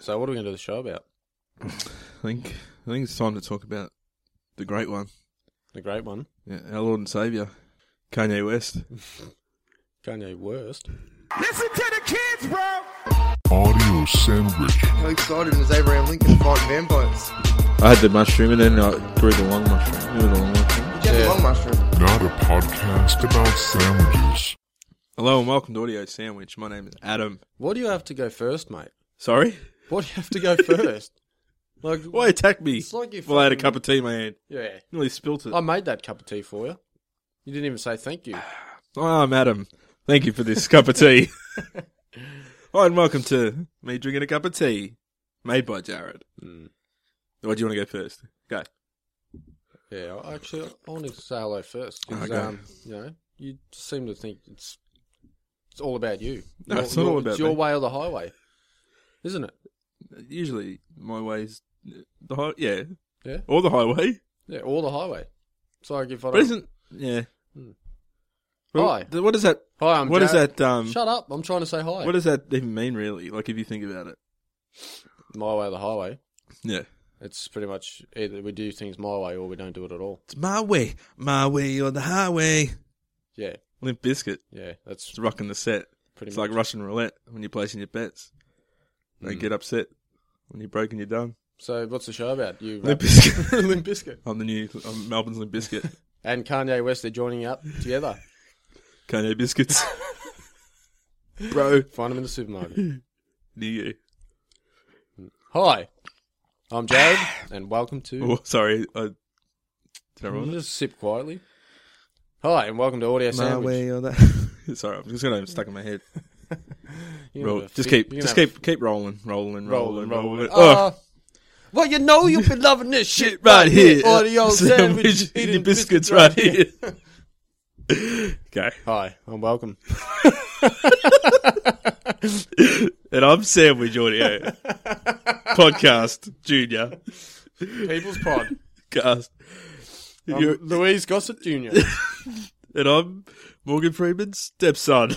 So what are we going to do the show about? I think I think it's time to talk about the great one, The great one, yeah, our Lord and Savior, Kanye West. Kanye Worst. Listen to the kids, bro. Audio sandwich. How excited was Abraham Lincoln fighting vampires? I had the mushroom and then I grew the long mushroom. You know the long mushroom. Did you have the long mushroom? Not a podcast about sandwiches. Hello and welcome to Audio Sandwich. My name is Adam. What do you have to go first, mate? Sorry, What do you have to go first? like, why attack me? It's like you Well, I had a fucking- cup of tea in my hand. yeah, Nearly spilt it. I made that cup of tea for you. You didn't even say thank you. Ah, I'm Adam. Thank you for this cup of tea. Hi and welcome to me drinking a cup of tea, made by Jared. Or do you want to go first? Go. Yeah, I- actually, I wanted to say hello first 'cause, Okay. um, you know, you seem to think it's it's all about you. No, Your- it's not your- all about It's your me. way or the highway, isn't it? Usually my way's the high, yeah, Yeah. or the highway. Yeah, or the highway. It's like if I But don't, isn't yeah? Hi. th- What is that? hi, I'm what is Jared. that? Um, Shut up! I'm trying to say hi. what does that even mean, really? Like, if you think about it, my way or the highway? yeah, It's pretty much either we do things my way or we don't do it at all. it's my way, my way or the highway. Yeah, Limp Biscuit, yeah, that's it's rocking the set. pretty It's much. like Russian roulette when you're placing your bets. Hmm. They get upset when you're broken. You're done. so, what's the show about? You uh, Limp Biscuit. Limp Bizkit. I'm the new I'm Melbourne's Limp Biscuit. and Kanye West. They're joining up together. Kanye biscuits, bro. Find them in the supermarket. New you. Hi, I'm Jared, and welcome to. Oh, sorry. I, did I ruin it? Just sip quietly. Hi, and welcome to Audio Sandwich. or that. sorry, I'm just gonna have it stuck in my head. You can Roll, have a just fi- keep, you can just have keep, keep rolling, rolling, a roll rolling, rolling. and roll. and- Oh, Uh, well, you know you've been loving this shit right here, Audio sandwich, eating eating biscuits, right here. okay, Hi, and welcome. and I'm Sandwich Audio Podcast Junior People's Pod. Cast, I'm You're- Louise Gossett Jr. and I'm Morgan Freeman's stepson.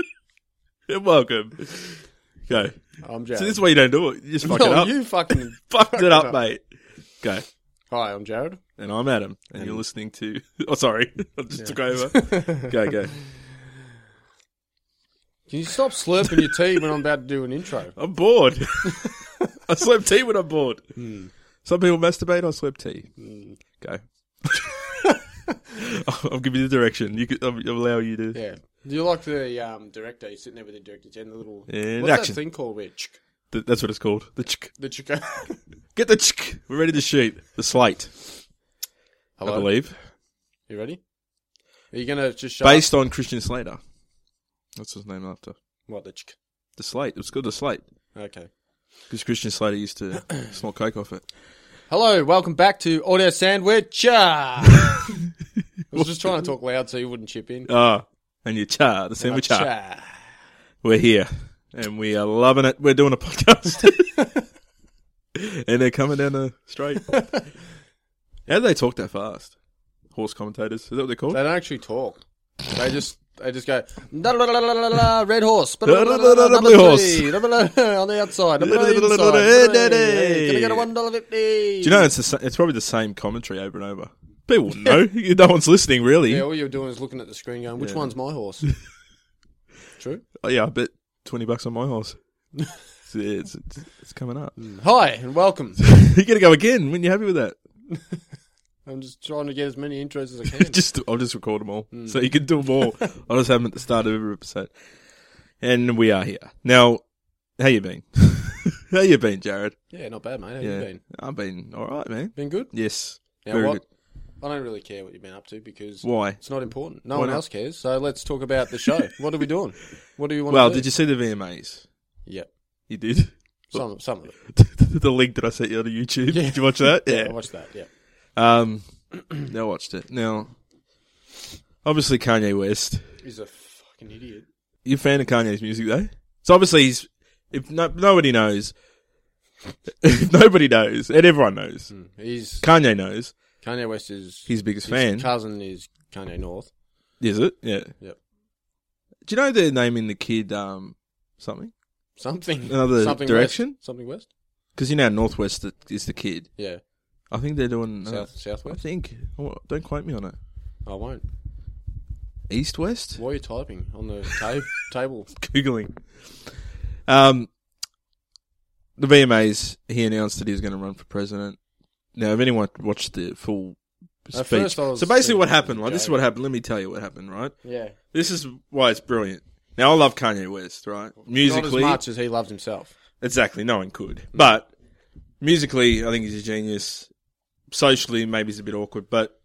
and welcome. Okay, I'm Jared. so this is why you don't do it. You just fuck it No, up. You fucking fucked it up. up, mate. Okay. Hi, I'm Jared. And I'm Adam, and, you're listening to. Oh, sorry, I just took over. go, go. Can you stop slurping your tea when I'm about to do an intro? I'm bored. I slept tea when I'm bored. Some people masturbate. I slept tea. Go. I'll I'll give you the direction. You could, I'll, I'll allow you to. Yeah. Do you like the um, director? You're sitting there with the director, and the little In what's action. that thing called? Where chick, Th- that's what it's called. The chick. the chicken. Get the chick. We're ready to shoot the slate. Hello. I believe You ready? Are you gonna just shut based on Christian Slater. That's his name after Up? What the chick? the slate. It was called the slate Okay. because Christian Slater used to snort coke off it. Hello, welcome back to Audio Sandwich. Ah! I was just trying to talk loud so you wouldn't chip in. Ah, and your char, the sandwich char. Cha. we're here and we are loving it. We're doing a podcast. and they're coming down the straight. How do they talk that fast? Horse commentators. Is that what they're called? They don't actually talk. They just they just go "La, la, la, la, la, la, red horse, blah, blah, blah, blah, blah, Blue number horse." three, blah, blah, blah, on the outside, blah, blah, Blah, blah, inside, blah, blah, blah, blah, blah, blah, can I get a hey. one dollar fifty? Do you know it's the, sa- it's probably the same commentary over and over. People wouldn't know. no one's listening, really. Yeah, Yeah, all you're doing is looking at the screen, going, "Which Yeah. one's my horse?" True. oh, yeah I bet twenty bucks on my horse. it's, it's, it's- it's coming up. Hi and welcome. You're gonna go again. When you happy with that? I'm just trying to get as many intros as I can. just I'll just record them all, Hmm. so you can do them all. I'll just have them at the start of every episode. And we are here now. How you been? how you been, Jared? yeah, not bad, mate. How yeah, you been? I've been all right, man. Been good. Yes, Now very what? good. I don't really care what you've been up to because Why? it's not important. No Why one not? else cares. So let's talk about the show. what are we doing? What do you want? Well, to do? did you see the VMAs? Yeah, You did. some some of it. the link that I sent you on YouTube. Did you watch that? Yeah, I watched that. Yeah. Um, I watched it. Now, obviously Kanye West. He's a fucking idiot. You a fan of Kanye's music though? So obviously he's if no, nobody knows, if nobody knows, and everyone knows, Hmm. Mm-hmm. He's Kanye knows. Kanye West is His biggest his fan cousin is Kanye North. is it? Yeah. Yep. Do you know they're naming the kid um something? Something. Another something direction? West. Something west? Because you know Northwest is the kid. Yeah. I think they're doing uh, South, I southwest? think. Oh, don't quote me on it. I won't. East West. What are you typing on the ta- table? Googling. Um, the VMAs. He announced that he was going to run for president. Now, if anyone watched the full At speech, first I was so basically thinking what it was happened, a right? This is joke. what happened. Let me tell you what happened, right? Yeah. This is why it's brilliant. Now, I love Kanye West, right? Musically, Not as much as he loved himself. Exactly, no one could. But musically, I think he's a genius. Socially, maybe he's a bit awkward, but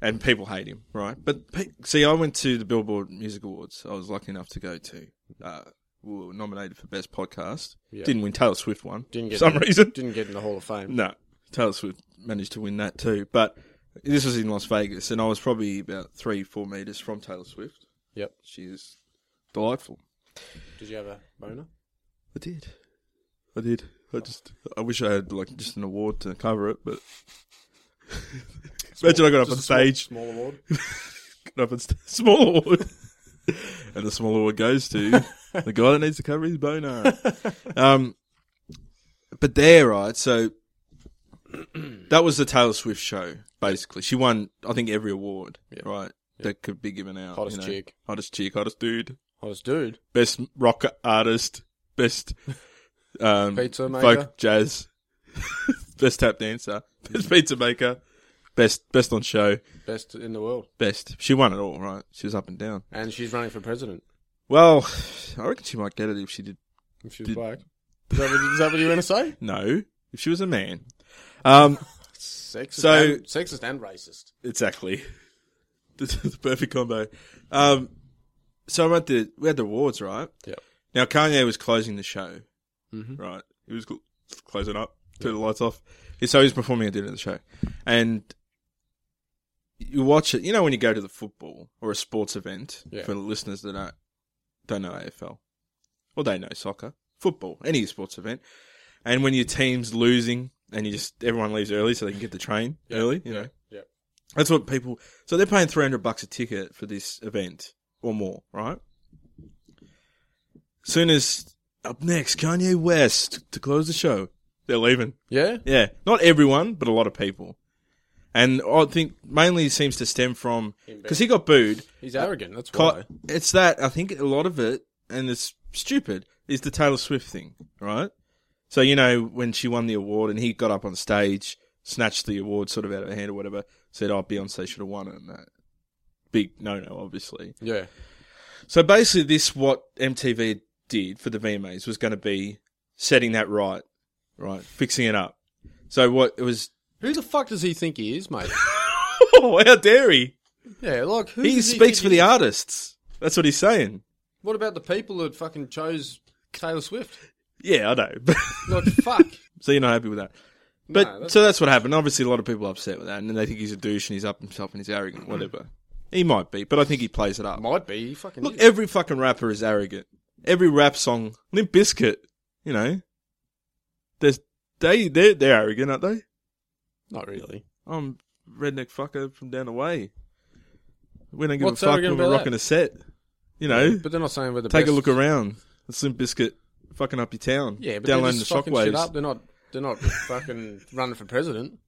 and people hate him, right? But pe- see, I went to the Billboard Music Awards. I was lucky enough to go to. Uh, we were nominated for best podcast. Yeah. Didn't win. Taylor Swift won. Didn't for get some in, reason. Didn't get in the Hall of Fame. No, Taylor Swift managed to win that too. But this was in Las Vegas, and I was probably about three, four meters from Taylor Swift. Yep. She is delightful. Did you have a boner? I did. I did. I just. I wish I had like just an award to cover it, but imagine I got up on Just a small- stage, Small award. got up on st- small award, and the small award goes to the guy that needs to cover his boner. um, but there, right? So that was the Taylor Swift show. Basically, she won. I think every award, Yeah. right? That could be given out. Hottest chick. hottest chick, hottest dude Hottest dude. best rock artist, best um, Pizza maker. folk jazz, best tap dancer, best pizza maker, best best on show, Best in the world. best. She won it all, right? She was up and down. And she's running for president. Well, I reckon she might get it if she did. If she's Did- black. Is that, what, is that what you were going to say? No, if she was a man. Um, Sexist, So- and, sexist and racist. exactly. This is the perfect combo. Um, so I went to we had the awards, right? Yep. Now Kanye was closing the show, Mhm. right? He was cl- closing up, turn the lights off. Yeah, So he was performing at the end of the show, and you watch it. You know when you go to the football or a sports event Yeah. for the listeners that don't don't know AFL or they know soccer, football, any sports event, and when your team's losing and you just everyone leaves early so they can get the train Yeah, early, you know. yeah. That's what people. So they're paying three hundred bucks a ticket for this event or more, right? Soon as up next, Kanye West to close the show, they're leaving. Yeah? Yeah, not everyone, but a lot of people, and I think mainly it seems to stem from because he got booed. He's arrogant. That's Co- why. It's that I think a lot of it, and it's stupid, is the Taylor Swift thing, right? So you know when she won the award and he got up on stage, snatched the award sort of out of her hand or whatever, said, "Oh, Beyonce should have won it." And that big no-no, obviously. Yeah. So basically, this what MTV did for the VMAs was going to be setting that right, right, fixing it up. So what it was? Who the fuck does he think he is, mate? Oh, how dare he? yeah, like, who He does speaks think for he the is? artists. That's what he's saying. What about the people that fucking chose Taylor Swift? Yeah, I know. Like, fuck. So you're not happy with that. But that's- so that's what happened. Obviously, a lot of people are upset with that, and they think he's a douche and he's up himself and he's arrogant, whatever. he might be, but I think he plays it up. Hmm. Might be. He fucking Look, is. every fucking rapper is arrogant. Every rap song, Limp Bizkit, you know, there's they they're, they're arrogant, aren't they? Not really. I'm redneck fucker from down the way. We don't give What's a fuck arrogant when we're about rocking a set, you know. But they're not saying we're the Take best. a look around. It's Limp Bizkit fucking up your town. Yeah, but they're downloading just the fucking shit up. shockwaves. They're not. They're not fucking running for president.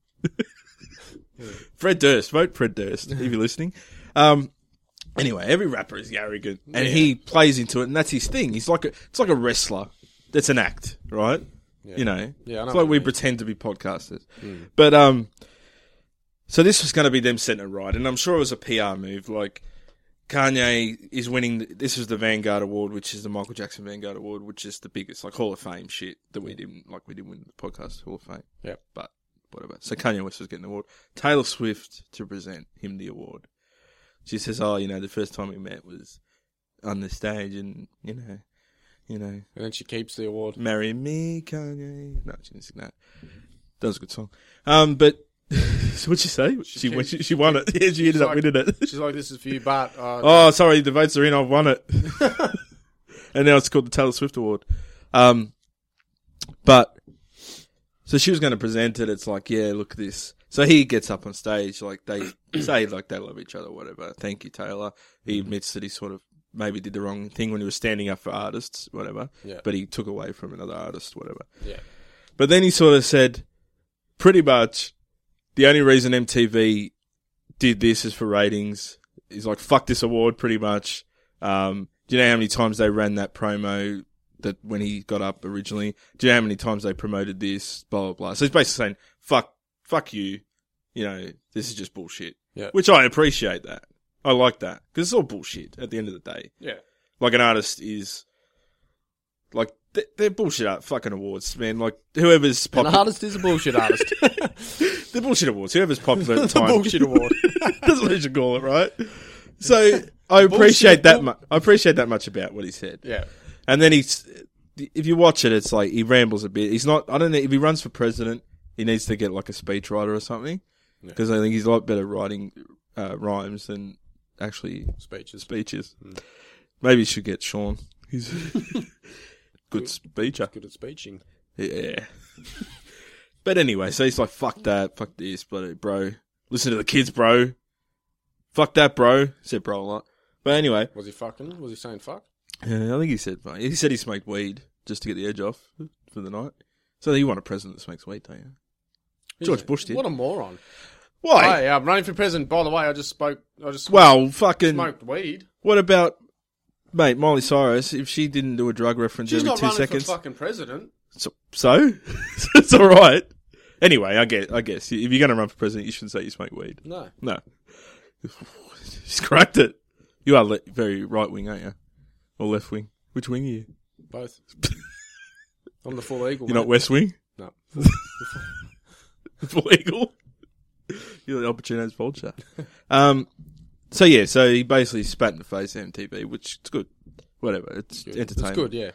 Fred Durst, vote Fred Durst if you're listening. Um, anyway, every rapper is arrogant, and he plays into it, and that's his thing. He's like a, it's like a wrestler. That's an act, right? You know, Yeah, I know what it's like you we mean. Hmm. pretend to be podcasters, but um, so this was going to be them setting it right, and I'm sure it was a PR move. Like Kanye is winning. The, this was the Vanguard Award, which is the Michael Jackson Vanguard Award, which is the biggest like Hall of Fame shit that we didn't like. We didn't win the podcast Hall of Fame Yeah. but whatever. So Kanye West was getting the award. Taylor Swift to present him the award. She says, "Oh, you know, the first time we met was on the stage, and you know, you know, And then she keeps the award. marry me, Kanye." No, she didn't sing that. That was a good song. Um, but so what'd she say? She she, won- she, she won it. Yeah, she ended up like- winning it. She's like, "This is for you, Bart." Uh, oh, sorry, the votes are in. I've won it. and now it's called the Taylor Swift Award. Um, but so she was going to present it. It's like, yeah, look at this. So he gets up Mm-hmm. on stage, like they say, like they love each other, whatever. Thank you, Taylor. He admits that he sort of maybe did the wrong thing when he was standing up for artists, whatever. Yeah. But he took away from another artist, whatever. Yeah. But then he sort of said, pretty much, the only reason MTV did this is for ratings. He's like, fuck this award, pretty much. Um, do you know how many times they ran that promo that when he got up originally? Do you know how many times they promoted this? Blah blah blah. So he's basically saying, fuck, fuck you. You know, this is just bullshit. Yeah. Which I appreciate that. I like that because it's all bullshit at the end of the day Yeah. like an artist is like they- they're bullshit art fucking awards, man. Like whoever's An popular, artist is a bullshit artist. they're bullshit awards. Whoever's popular at the It's a time, bullshit award. that's what you should call it, right? So I appreciate that. award. Mu- I appreciate that much about what he said. yeah. And then he's, if you watch it, it's like he rambles a bit. He's not. I don't know if he runs for president, he needs to get like a speechwriter or something because I think he's a lot better writing uh, rhymes than actually Speeches. speeches. Mm. Maybe you should get Sean. He's good speecher. Good at speeching. Yeah. but anyway, so he's like, "Fuck that, fuck this, bloody bro. Listen to the kids, bro. Fuck that, bro." Said bro a lot. But anyway, Was he fucking? Was he saying fuck? yeah, I think he said he said he smoked weed just to get the edge off for the night. So you want a president that smokes weed, don't you? George Bush did. What a moron. Why? Hey, I'm running for president. By the way, I just spoke. I just Well, fucking. smoked weed. What about mate Miley Cyrus? If she didn't do a drug reference She's every not two running seconds, for fucking president. So, so? it's all right. Anyway, I guess, I guess if you're going to run for president, you shouldn't say you smoke weed. No. No, she's cracked it. You are le- very right wing, aren't you? Or left wing? Which wing are you? Both. I'm the full eagle. You're not mate. west wing. No. Full eagle. You're the opportunist vulture. um. So yeah, so he basically spat in the face of MTV, which it's good. Whatever, it's It's entertaining. good, yeah.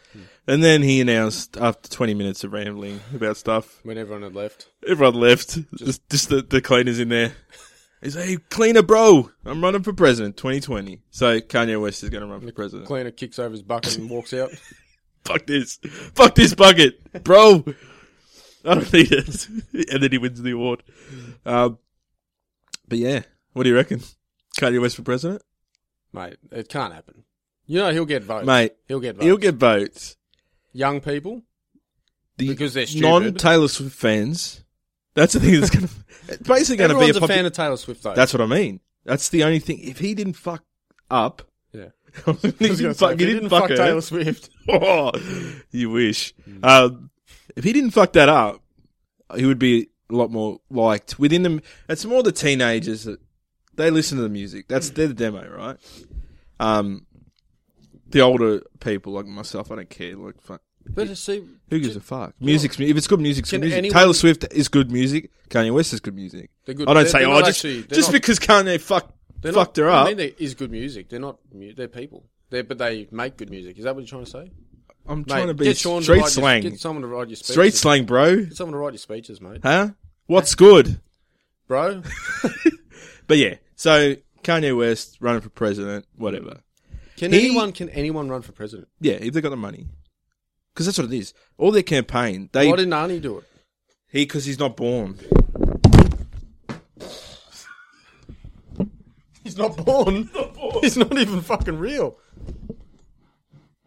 And then he announced after 20 minutes of rambling about stuff, When everyone had left. Everyone left. Just, just the, the cleaners in there. He's like, hey, cleaner, bro. I'm running for president 2020. So Kanye West is going to run for president. Cleaner kicks over his bucket and walks out. Fuck this. Fuck this bucket, bro. I don't need it. and then he wins the award. Um, but yeah, what do you reckon? Kanye West for president? Mate, it can't happen. You know he'll get votes. Mate, He'll get votes. he'll get votes. Young people. The Because they're stupid. Non Taylor Swift fans. That's the thing that's going to. It's basically going to be Everyone's a, a, popu- fan of Taylor Swift, though. That's what I mean. That's the only thing. If he didn't fuck up, Yeah. I he was gonna didn't say, fuck, if he didn't fuck, Taylor her. Swift. you wish. Um, if he didn't fuck that up, he would be a lot more liked within them. It's more the teenagers that they listen to the music. That's they're the demo, right? Um, the older people like myself, I don't care. Like, fuck, But see, who gives a fuck? Music's mu- if it's good music's Can good music. anyone- Taylor Swift is good music. Kanye West is good music. They're good- I don't they're- say they're oh not just, actually- they're just not- because Kanye fucked they're fucked not, her I up. mean, there is good music. They're not. mu- They're people. They're, but they make good music. Is that what you're trying to say? I'm Mate, trying to be get Sean street to write your- slang. get someone to write your speeches. street slang, bro. Get someone to write your speeches, mate. Huh? What's good? Bro, But yeah, so Kanye West running for president, whatever. can He- anyone can anyone run for president? Yeah, if they got the money, because that's what it is. All their campaign, they Why didn't Arnie do it? he because he's not born. He's not born. He's not even fucking real.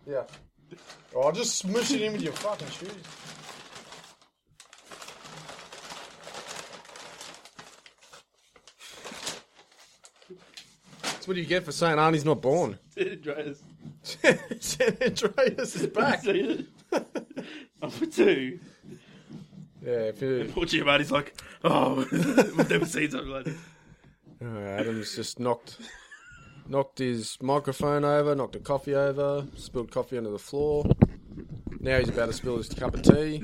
Yeah. Oh, just smush it in with your fucking shoes. That's what you get for saying Arnie's not born. San Andreas is back. yeah, I'm for two. if you, Poor Jim He's like, oh, we've never seen something like this. Uh, Adam's just knocked knocked his microphone over, knocked a coffee over, spilled coffee onto the floor. Now he's about to spill his cup of tea.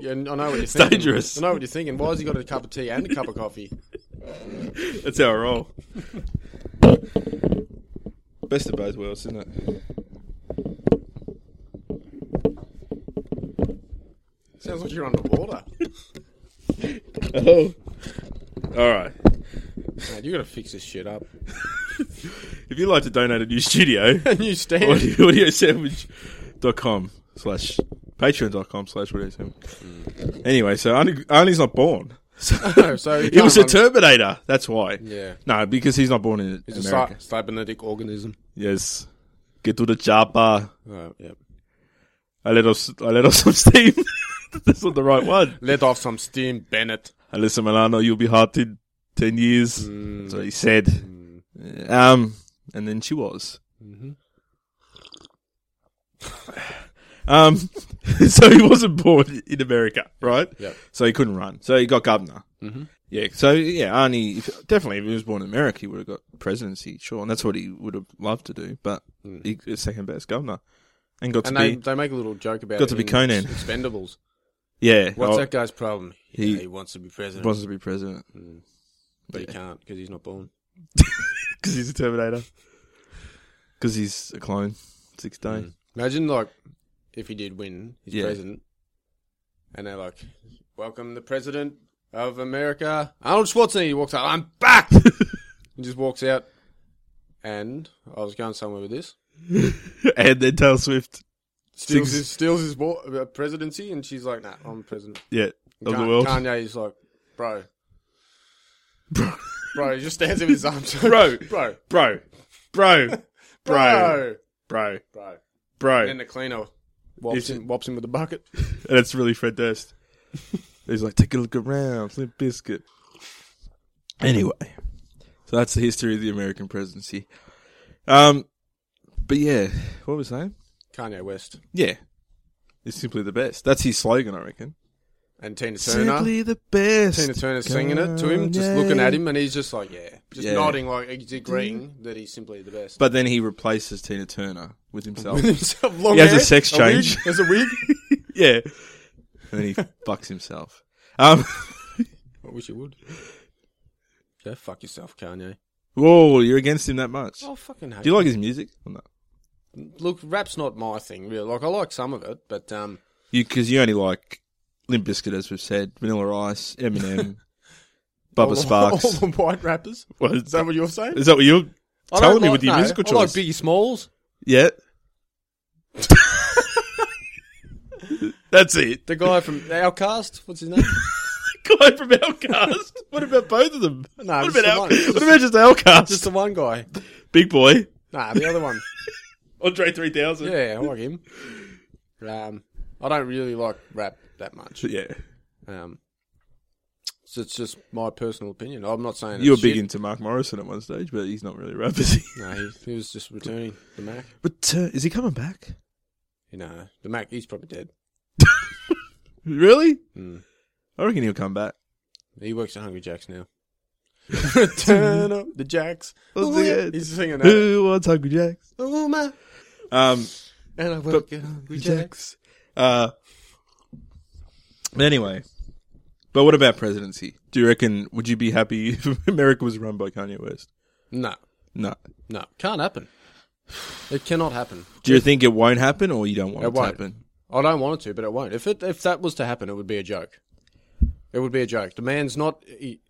Yeah, I know what you're thinking. dangerous. I know what you're thinking. Why has he got a cup of tea and a cup of coffee? That's how I roll. Best of both worlds, isn't it? Sounds like you're underwater. Oh. All right. Man, you got to fix this shit up. If you'd like to donate a new studio, A new stand. audio, audiosandwich.com slash patreon.com slash audio sandwich. Mm. Anyway, so Arnie, Arnie's not born. So No, so he was a can't run. Terminator. That's why. Yeah. No, because he's not born in It's a America. cy- cybernetic organism. Yes. Get to the chopper. Oh, yeah. I let off, I let off some steam. That's not the right one. Let off some steam, Bennett. Alyssa Milano, you'll be hot in 10 years. Mm. That's what he said. Um, and then she was. Mm-hmm. um, so he wasn't born in America, right? Yep. So he couldn't run. So he got governor. Mm-hmm. Yeah. So yeah, Arnie if, definitely if he was born in America, he would have got presidency, sure, and that's what he would have loved to do. But he was second best governor, and got Mm. And to they, be they make a little joke about got it to be in Conan. Expendables. yeah. What's oh, that guy's problem? He- He, he wants to be president, Wants to be president but he can't because he's not born. because he's a Terminator. Because he's a clone, six day. Imagine like if he did win, he's Yeah. president, and they're like, "Welcome the president of America, Arnold Schwarzenegger." He walks out, "I'm back," and just walks out. And I was going somewhere with this. and then Taylor Swift, Steals Six- his steals his wa- uh, presidency, and she's like, "Nah, I'm president." yeah, of the Kan- world. Kanye's like, "Bro." Bro, he just stands with his arms. Bro. bro, bro, bro, bro, bro, bro, bro. bro. And the cleaner wops Is him, wops him with a bucket. And it's really Fred Durst. He's like, take a look around, Flint Biscuit. Anyway, so that's the history of the American presidency. Um, but yeah, what was I saying? Kanye West Yeah, it's simply the best. That's his slogan, I reckon. and Tina Turner. Simply the best. Tina Turner singing it to him, just looking at him, and he's just like, yeah, just Yeah. nodding, like he's agreeing that he's simply the best. But then he replaces Tina Turner with himself. with himself, long He has a hair, sex wig, change. There's a wig. yeah, and then he fucks himself. Um, I wish you would. Go fuck yourself, Kanye. whoa, you're against him that much? Oh, fucking hate. Do you like his music or not? Look, rap's not my thing, really. Like I like some of it, but um, You because you only like Limp Bizkit, as we've said, Vanilla Ice, Eminem, all Bubba the- Sparks. all the white rappers. What is Is that what you're saying? is that what you're I telling don't me like- with your no, musical I like choice? Biggie Smalls, yeah. That's it. the guy from Outcast. What's his name? The guy from Outcast. What about both of them? No, what just about the Out- one. Just What the- about just Outcast? Just the one guy. Big Boy, Nah, the other one. Andre three thousand. Yeah, I like him. Um, I don't really like rap that much. yeah. Um, so it's just my personal opinion. I'm not saying You were it's big shit. into Mark Morrison at one stage, but he's not really a rapper. Is he? No, he, he was just returning the Mac. But uh, is he coming back? You know, the Mac. He's probably dead. Really? Mm. I reckon he'll come back. He works at Hungry Jacks now. Return of the Jacks. Let's Ooh, sing yeah. it. He's singing that. Who wants Hungry Jacks? Ooh, my, Um, and I work But- at Hungry Jacks. Jacks. Uh, anyway, but what about presidency? Do you reckon? Would you be happy if America was run by Kanye West? No, No. no, can't happen. It cannot happen. Do you think it won't happen, or you don't want It it, to won't. happen? I don't want it to, but it won't. If it if that was to happen, it would be a joke. It would be a joke. The man's not. He,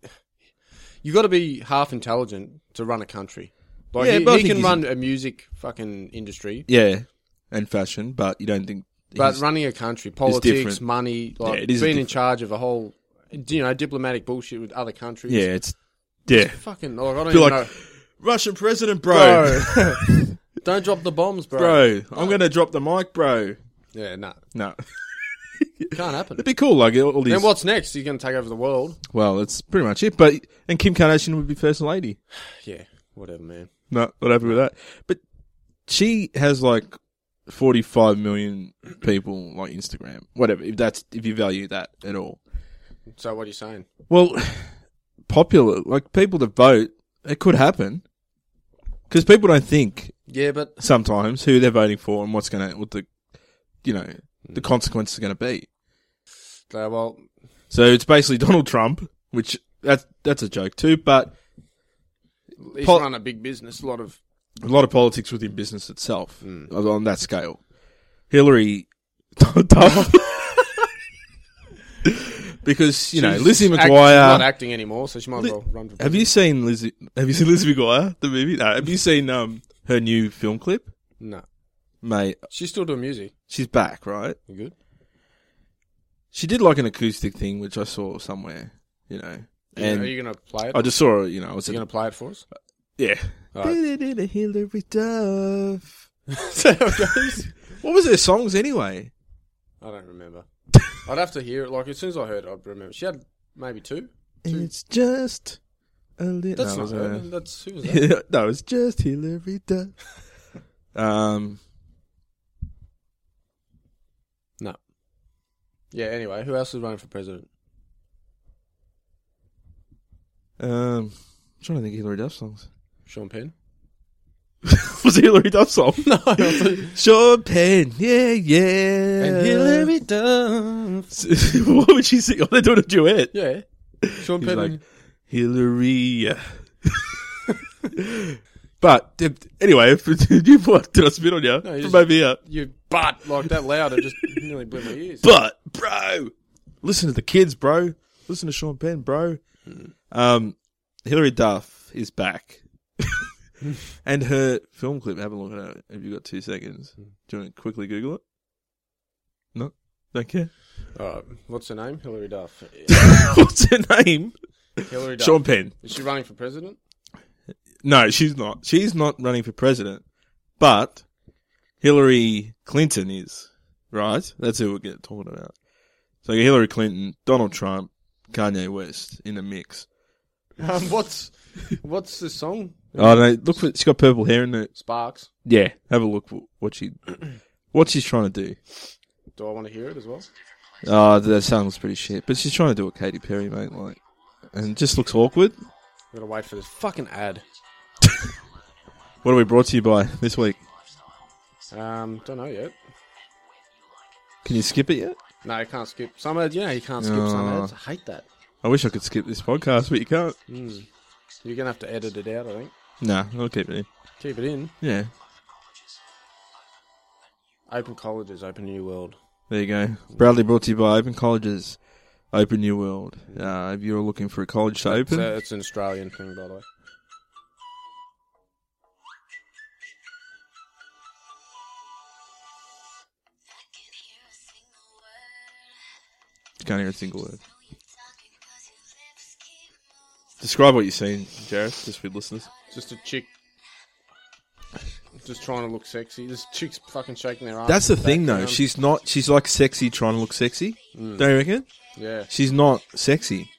you got to be half intelligent to run a country. Like Yeah, he, but I he think can he's- run a music fucking industry, Yeah, and fashion, but you don't think. but he's- running a country, different. politics, money, like Yeah, it is being in different. charge of a whole, you know, diplomatic bullshit with other countries. yeah, it's yeah. fucking. Like, I don't Feel even like, know. Russian president, bro, Bro. don't drop the bombs, bro. bro. I'm gonna drop the mic, bro. Yeah, no, No, can't happen. it'd be cool. Like all these. Then what's next? He's gonna take over the world. Well, that's pretty much it. But and Kim Kardashian would be first lady. Yeah, whatever, man. No, not happy with that. But she has like forty-five million people like Instagram, whatever. If that's if you value that at all, So what are you saying? well, popular like people that vote, it could happen because people don't think Yeah, but sometimes who they're voting for and what's gonna what the you know the consequences are gonna be. Uh, well, So it's basically Donald Trump, which that's that's a joke too, but he's Pol- run a big business, a lot of. a lot of politics within business itself Hmm. on that scale. Hillary, tough. because you know She's Lizzie act- she's not McGuire. acting anymore, so she might as well run for. Have you seen Lizzie? Have you seen Lizzie McGuire the movie? No. Have you seen um her new film clip, No, mate? she's still doing music. She's back, right? You good? She did like an acoustic thing, which I saw somewhere, you know. are And you gonna play it? I just saw, her, you know, I was you at, gonna play it for us? yeah, Did it Hillary Duff? Is that how it goes? What was their songs anyway? I don't remember. I'd have to hear it. Like as soon as I heard it, I'd remember. She had maybe two. It's just a little. That's no, not it her. was, uh, That's who was that? no, it's just Hillary Duff. Um, no. Yeah. Anyway, who else was running for president? um, I'm trying to think of Hillary Duff songs. Sean Penn. was it Hillary Duff song? No. I thought- Sean Penn, yeah, yeah. and Hillary Duff. what would she sing? Oh, they're doing a duet. Yeah. Sean He's Penn. like, and- Hillary. but d- d- anyway, you what, did I spit on you? No, you From just- over here. you butt like that loud. It just nearly blew my ears. But bro, listen to the kids, bro. Listen to Sean Penn, bro. Um, Hillary Duff is back, and her film clip. Have a look at it. Have you got two seconds? Do you want to quickly Google it? No, don't care. All right. What's her name? Hillary Duff. What's her name? Hillary Duff. Sean Penn. Is she running for president? No, she's not. She's not running for president, but Hillary Clinton is, right? That's who we're get- talking about. So Hillary Clinton, Donald Trump, Kanye West in a mix. Um, what's what's the song? Oh no! Look, for, she's got purple hair in it. Sparks. Yeah, have a look wh- what she, what she's trying to do. Do I want to hear it as well? Oh, that sounds pretty shit. But she's trying to do a Katy Perry, mate. Like, and it just looks awkward. I'm gonna wait for this fucking ad. What are we brought to you by this week? Um, don't know yet. Can you skip it yet? No, you can't skip some ads. Yeah, you can't skip some No. ads. I hate that. I wish I could skip this podcast, but you can't. You're gonna have to edit it out. I think. Nah, I'll keep it in. Keep it in. Yeah, Open colleges, open new world. There you go. Bradley brought to you by Open Colleges, Open Your World. Uh, if you're looking for a college to open, So it's an Australian thing, by the way. can't hear a single word. Describe what you're seeing, Jared, just for listeners. Just a chick. Just trying to look sexy. This chick's fucking shaking their ass. That's the back thing, though. down. She's not. She's like sexy, trying to look sexy. Don't you reckon? yeah. She's not sexy.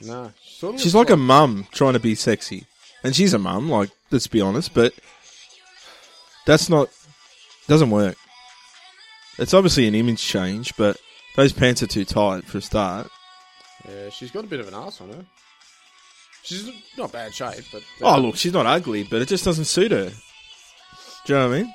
No. Sort of She's like a mum trying to be sexy, and she's a mum. Like, let's be honest, but that's not. Doesn't work. It's obviously an image change, but those pants are too tight for a start. Yeah, she's got a bit of an ass on her. She's not bad shape, but uh, Oh, look, she's not ugly, but it just doesn't suit her. Do you know what I mean?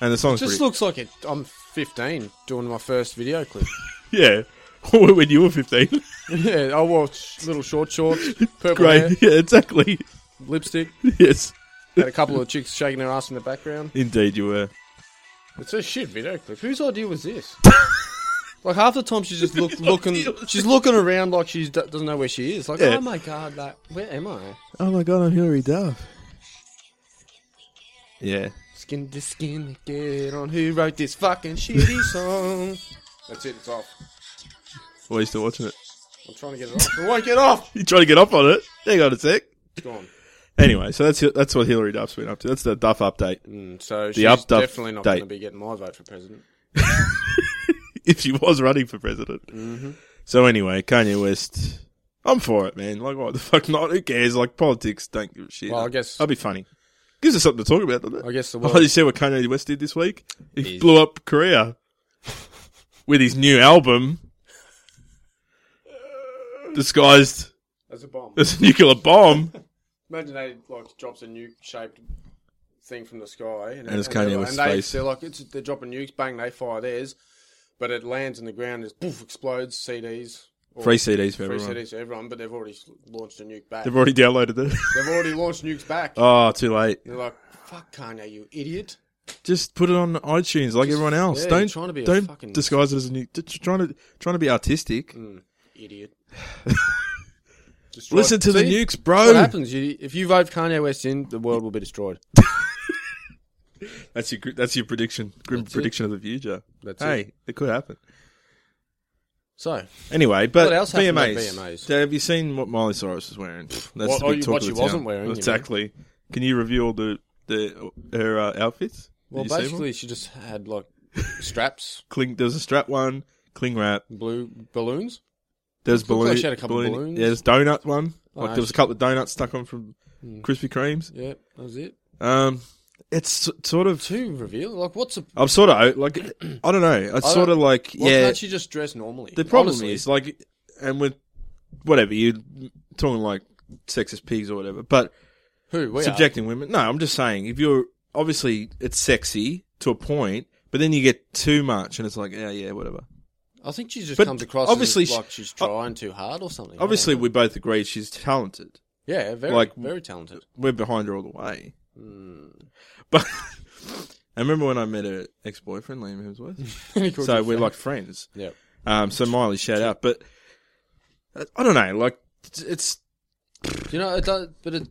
And the song's just pretty... looks like it. I'm 15 doing my first video clip. Yeah. when you were 15. yeah, I wore sh- little short shorts, purple hair, Great. Yeah, exactly. lipstick. Yes. Had a couple of chicks shaking their ass in the background. Indeed you were. It's a shit video clip. Whose idea was this? like half the time she's just look, looking. She's looking around like she d- doesn't know where she is. Like, Yeah. oh my god, like where am I? Oh my god, I'm Hillary Duff. Yeah. Skin to skin, get on. Who wrote this fucking shitty song? That's it. It's off. Why are you still watching it? I'm trying to get it off. It won't get off. You trying to get up on it? Hang on a sec. It's gone. Anyway, so that's that's what Hillary Duff's been up to. That's the Duff update. Mm, so she's up duff definitely not date. going to be getting my vote for president. If she was running for president. So anyway, Kanye West, I'm for it, man. Like, what the fuck not? Who cares? Like, politics don't give a shit. Well, I guess- I'll be funny. Gives us something to talk about, doesn't it? I guess the Oh, you world, see what Kanye West did this week? He blew up Korea with his new album, disguised as a bomb. as a nuclear bomb. Imagine they like drops a nuke shaped thing from the sky, and, it's they're Kanye like- West's and they, face. They're like it's, they're dropping nukes, bang, they fire theirs, but it lands in the ground, just poof, explodes. CDs, or Free CDs for free everyone. CDs to everyone, but they've already s- launched a nuke back. They've They've, already downloaded it. already launched nukes back. oh, too late. They're like, "Fuck Kanye, you idiot!" Just put it on iTunes like everyone else. yeah, don't trying to be a don't fucking- Mm. disguise it as a new. Just trying to trying to be artistic. Hmm, Idiot. Destroy- Listen to the See? nukes, What bro. happens? You, if you vote Kanye West in, the world will be destroyed. That's your gr- that's your prediction. Grim it. prediction of the future. That's hey, it. it could happen. So Anyway, but What else happened at VMAs. VMAs? Dave, have you seen what Miley Cyrus was wearing? That's What- the oh, big you- talk what of she the wasn't town. wearing, you mean. Exactly. Can you reveal the the her uh, outfits? well, Did you see them? basically, she just had like straps, cling. There's a strap one, cling wrap. blue balloons. There's Looks balloon. like she had a couple balloon- balloons. Oh, Yeah, there's donut one. Like no, there was a couple of donuts stuck on from Mm. Krispy Kremes. Yeah, that was it. Um, it's s- sort of. Too revealing. Like, what's a? I'm sort of like I don't know. It's I sort of don't- like Why yeah. can't she just dress normally? The problem Honestly. is like, and with whatever you're talking like sexist pigs or whatever, but who we are. subjecting women. No, I'm just saying if you're obviously it's sexy to a point, but then you get too much and it's like yeah, yeah, whatever. I think she just But comes across obviously as she- like she's trying too hard or something. I don't Obviously, know. we both agree she's talented. yeah, very like- very talented. We're behind her all the way. But I remember when I met her ex boyfriend Liam Hemsworth, so we're like friends. yeah, Um, so Miley, shout out, but uh, I don't know, like it's- it's you know, it does, but it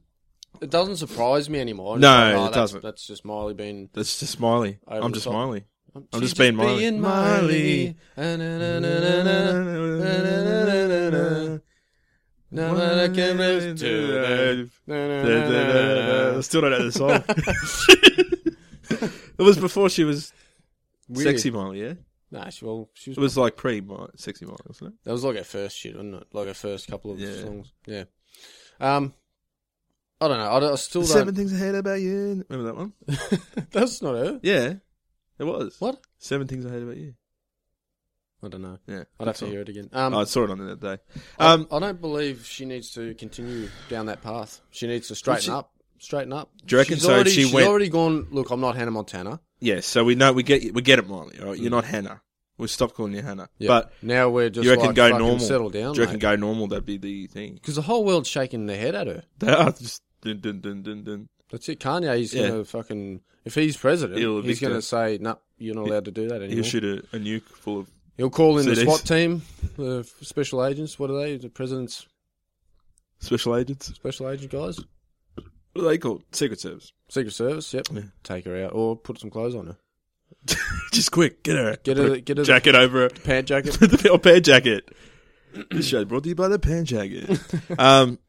it doesn't surprise me anymore. It's No, like, it that's, doesn't. That's just Miley being. that's just Miley. Over I'm the just top. Miley. she's just being Miley. Miley. No one can live to I that. still don't know the song. it was before she was Weird. sexy Miley, yeah. Nah, she, well, she It was, was like pre sexy Miley, wasn't it? that was like her first shit, wasn't it? Like her first couple of Yeah. songs. Yeah. Um, I don't know. I, don't- I still don't. things I hate about you. Remember that one? That's not her. Yeah, it was. What? Seven things I hate about you. I don't know. Yeah, Oh, I'd have to hear it Oh. again. Um, I saw it on the other day. I- Um, I, don't believe she needs to continue down that path. She needs to straighten she- up. Straighten up. Do you reckon she's so? Already, She she's went- already gone. Look, I'm not Hannah Montana. yeah, so we know we get we get it, Miley. All right? You're not Hannah. We stop calling you Hannah. Mm. Yeah. But now we're just you reckon like, go fucking normal? Settle down. Do you reckon go normal? That'd be the thing. Because the whole world's shaking their head at her. They are just dun dun dun dun dun. That's it. Kanye. He's Yeah. gonna fucking. If he's president, He'll he's evict gonna her. say, "No, you're not allowed to do that He'll anymore." shoot a, a nuke full of He'll call in the CDs. SWAT team, the f- special agents. What are they? The president's special agents. special agent guys, What are they called? Secret Service. Secret Service. Yep. Yeah. Take her out or put some clothes on her. Just quick, get her. Get her. Get her. the jacket over her. Pant jacket. the old pan jacket. this show brought to you by the pan jacket. um,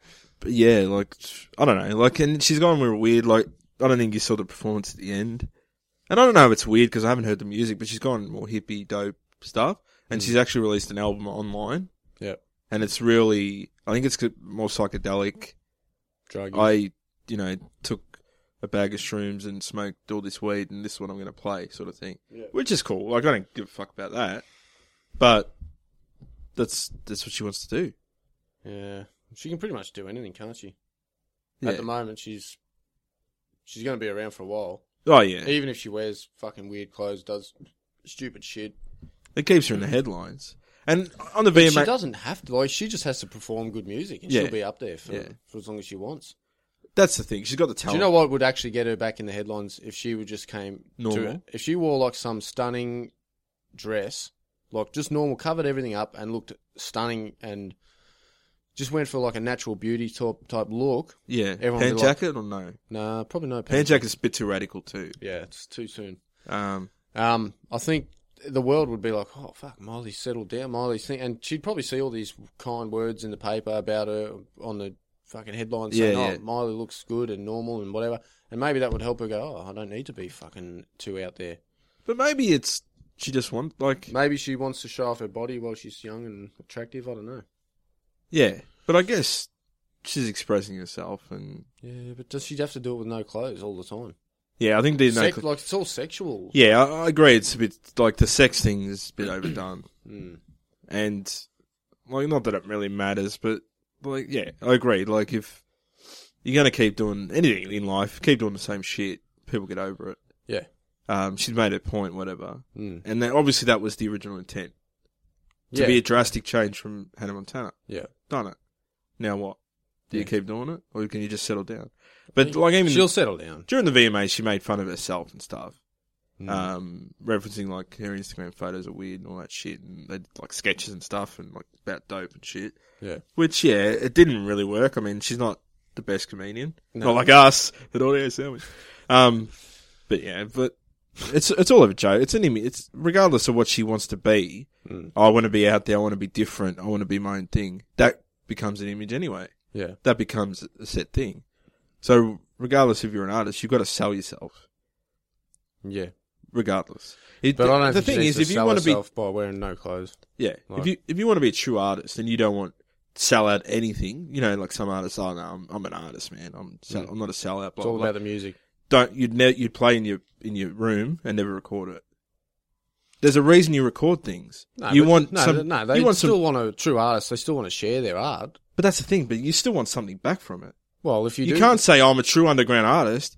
but yeah, like I don't know, like and she's gone. We were weird. Like I don't think you saw the performance at the end, and I don't know if it's weird because I haven't heard the music, but she's gone more hippie dope stuff, and she's actually released an album online, yep. and it's really I think it's more psychedelic. Drug. I you know took a bag of shrooms and smoked all this weed, and this is what I'm going to play, sort of thing, which is cool. Like I don't give a fuck about that, but that's that's what she wants to do. Yeah, she can pretty much do anything, can't she? Yeah. At the moment, she's she's going to be around for a while, oh yeah, even if she wears fucking weird clothes, does stupid shit. it keeps her in the headlines, and on the She VMA, doesn't have to. Like, she just has to perform good music, and Yeah. she'll be up there for, Yeah. for as long as she wants. that's the thing. She's got the Do talent. you know what would actually get her back in the headlines if she would just came Normal. To, if she wore like some stunning dress, like just normal, covered everything up, and looked stunning, and just went for like a natural beauty type type look. Yeah, Everyone pan be like- jacket or no? Nah, probably no pants. Pan jacket's a bit too radical too. Yeah, it's too soon. Um, Um, I think the world would be like, oh fuck, Miley's settled down, Miley's thing, and she'd probably see all these kind words in the paper about her on the fucking headlines saying, Yeah, oh, yeah. Miley looks good and normal and whatever, and maybe that would help her go, oh, I don't need to be fucking too out there. but maybe it's she just wants like Maybe she wants to show off her body while she's young and attractive. I don't know. yeah, but I guess she's expressing herself and. Yeah, but does she have to do it with no clothes all the time? Yeah, I think the Sex, like it's all sexual. Yeah, I, I agree. It's a bit like the sex thing is a bit overdone, Hmm. and like not that it really matters, but like yeah, I agree. Like if you're gonna keep doing anything in life, keep doing the same shit, people get over it. Yeah. Um, she's made her point, whatever, Mm. and that, obviously that was the original intent to yeah. be a drastic change from Hannah Montana. yeah. Done it. Now what? Do you Yeah. keep doing it, or can you just settle down? But like even She'll settle down. during the VMAs, she made fun of herself and stuff, Hmm. um, referencing like her Instagram photos are weird and all that shit, and they did like sketches and stuff and like about dope and shit. Yeah. Which yeah, it didn't really work. I mean, she's not the best comedian, No. not like us, the audio sandwich. Um, but yeah, but It's it's all of a joke. It's an image. It's regardless of what she wants to be. Hmm. I want to be out there. I want to be different. I want to be my own thing. That becomes an image anyway. Yeah. That becomes a set thing. So regardless if you're an artist, you've got to sell yourself. Yeah. Regardless. It- But I don't the think thing she needs is, to if you sell want to be herself by wearing no clothes. Yeah. Like- if you if you want to be a true artist, then you don't want sell out anything. You know, like some artists are. No, I'm, I'm an artist, man. I'm sell, I'm not a sellout. Mm. It's Blah, all blah, about the music. blah. Don't you'd ne- you'd play in your in your room and never record it. There's a reason you record things. No, you but- want no, some. no. They you want still some, want a true artist. They still want to share their art. but that's the thing. But you still want something back from it. Well, if you, You, do, can't say I'm a true underground artist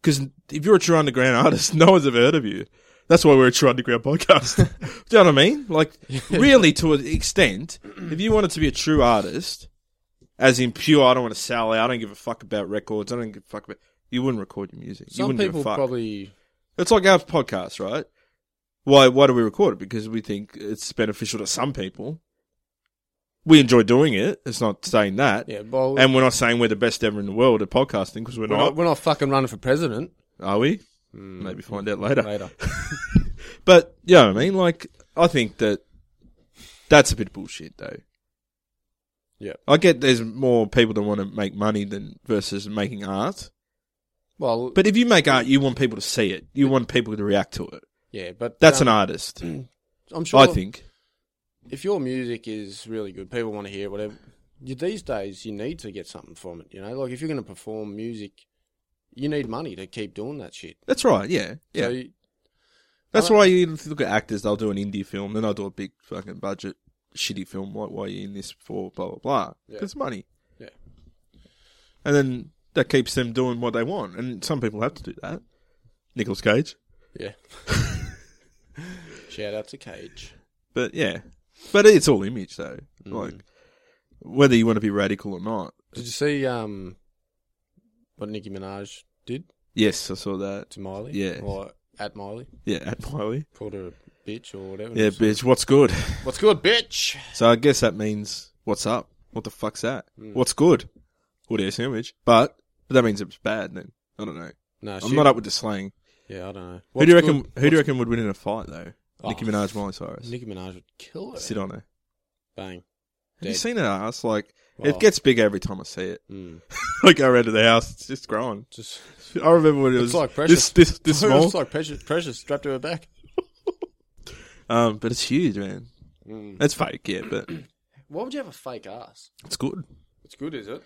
because if you're a true underground artist, no one's ever heard of you. That's why we're a true underground podcast. Do you know what I mean? Like, really, to an extent, if you wanted to be a true artist, as in pure, I don't want to sell out. I don't give a fuck about records. I don't give a fuck about. You wouldn't record your music. you some wouldn't people give a fuck. probably It's like our podcast, right? Why? Why do we record it? Because we think it's beneficial to some people. We enjoy doing it. It's not saying that. yeah. Well, And we're not saying we're the best ever in the world at podcasting because we're, we're, not. not, we're not fucking running for president Hmm, Are we? Maybe find out later. later. But you know what I mean? Like, I think that that's a bit bullshit, though. Yeah. I get there's more people that want to make money than versus making art. Well, But if you make art, you want people to see it. You want people to react to it. yeah, but That's um, an artist, I'm sure. I think. if your music is really good, people want to hear it, whatever. You, these days, you need to get something from it. You know, like if you're going to perform music, you need money to keep doing that shit. That's right. Yeah, yeah. So you- That's why you look at actors. They'll do an indie film, then they'll do a big fucking budget shitty film. Like, why are you in this for? Blah blah blah. Yeah. It's money. Yeah. And then that keeps them doing what they want, and some people have to do that. Nicholas Cage, yeah. Shout out to Cage. but yeah, but it's all image though. Mm. Like whether you want to be radical or not. Did you see um what Nicki Minaj did Yes, I saw that. to Miley? Yeah. Or at Miley? Yeah, at Miley. Called her a bitch or whatever. Yeah, bitch. What's good? What's good, bitch? So I guess that means what's up. What the fuck's that? Mm. What's good? Audio sandwich, but but that means it's bad. Then I don't know. No, I'm not up with the slang. Yeah, I don't know. who do you What's reckon? good? Who do you reckon would win in a fight though? Oh, Nicki Minaj, Miley Cyrus. Nicki Minaj would kill her. Sit on her. Bang. Have you Dead. seen her ass? Like Oh. it gets bigger every time I see it. Mm. I go around to the house. It's just growing. Just I remember when it was like Precious. this this this It small. looks like precious, precious strapped to her back. Um, but it's huge, man. Hmm. That's fake, yeah, but Why would you have a fake ass? it's good. It's good, is it?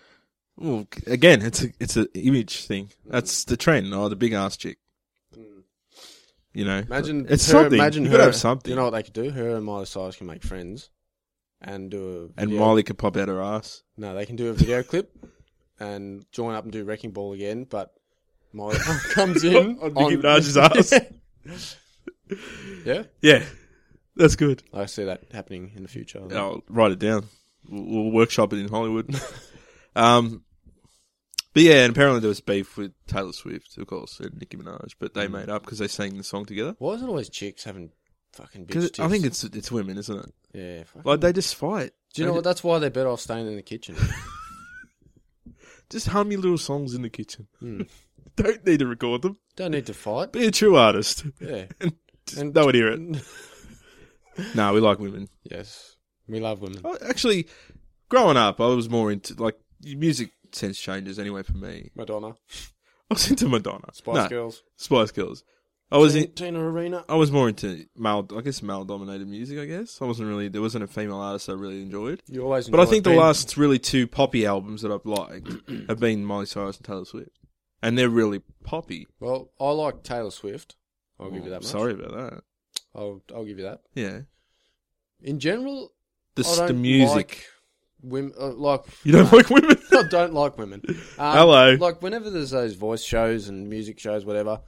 Well, again, it's a it's an image thing. That's the trend. Oh, the big ass chick. You know, Hmm. Imagine it's her, something. Imagine you her. gotta have something. You know what they could do? Her and Miley Cyrus can make friends, and do a and video- Miley could pop out her ass. No, they can do a video clip and join up and do wrecking ball again. But Miley comes in On Nicki Minaj's ass. yeah, Yeah, that's good. I see that happening in the future. I'll write it down. We'll, we'll workshop it in Hollywood. um, but yeah, and apparently there was beef with Taylor Swift, of course, and Nicki Minaj, but they made up because they sang the song together. Why is it always chicks having fucking bitch? Because I tits? think it's it's women, isn't it? yeah. fuck. Like they just fight. Do you know what? That's why they're better off staying in the kitchen. Just hum your little songs in the kitchen. Don't need to record them. Don't need to fight. Be a true artist. Yeah. Just And- no one hear it. no, we like women. Yes. We love women. I, actually, growing up, I was more into like music sense changes anyway for me. Madonna. I was into Madonna, Spice No, Girls. Spice Girls. I was in, Tina Arena. I was more into male, I guess male dominated music. I guess I wasn't really there wasn't a female artist I really enjoyed. You always But I think the enjoy being- last really two poppy albums that I've liked have been Miley Cyrus and Taylor Swift, and they're really poppy. Well, I like Taylor Swift. I'll give you that much. Oh, Sorry about that. I'll, I'll give you that. Yeah, In general, the, I the don't music. like women. Uh, like, you don't like women. I don't like women. Um, Hello. Like, whenever there's those voice shows and music shows, whatever,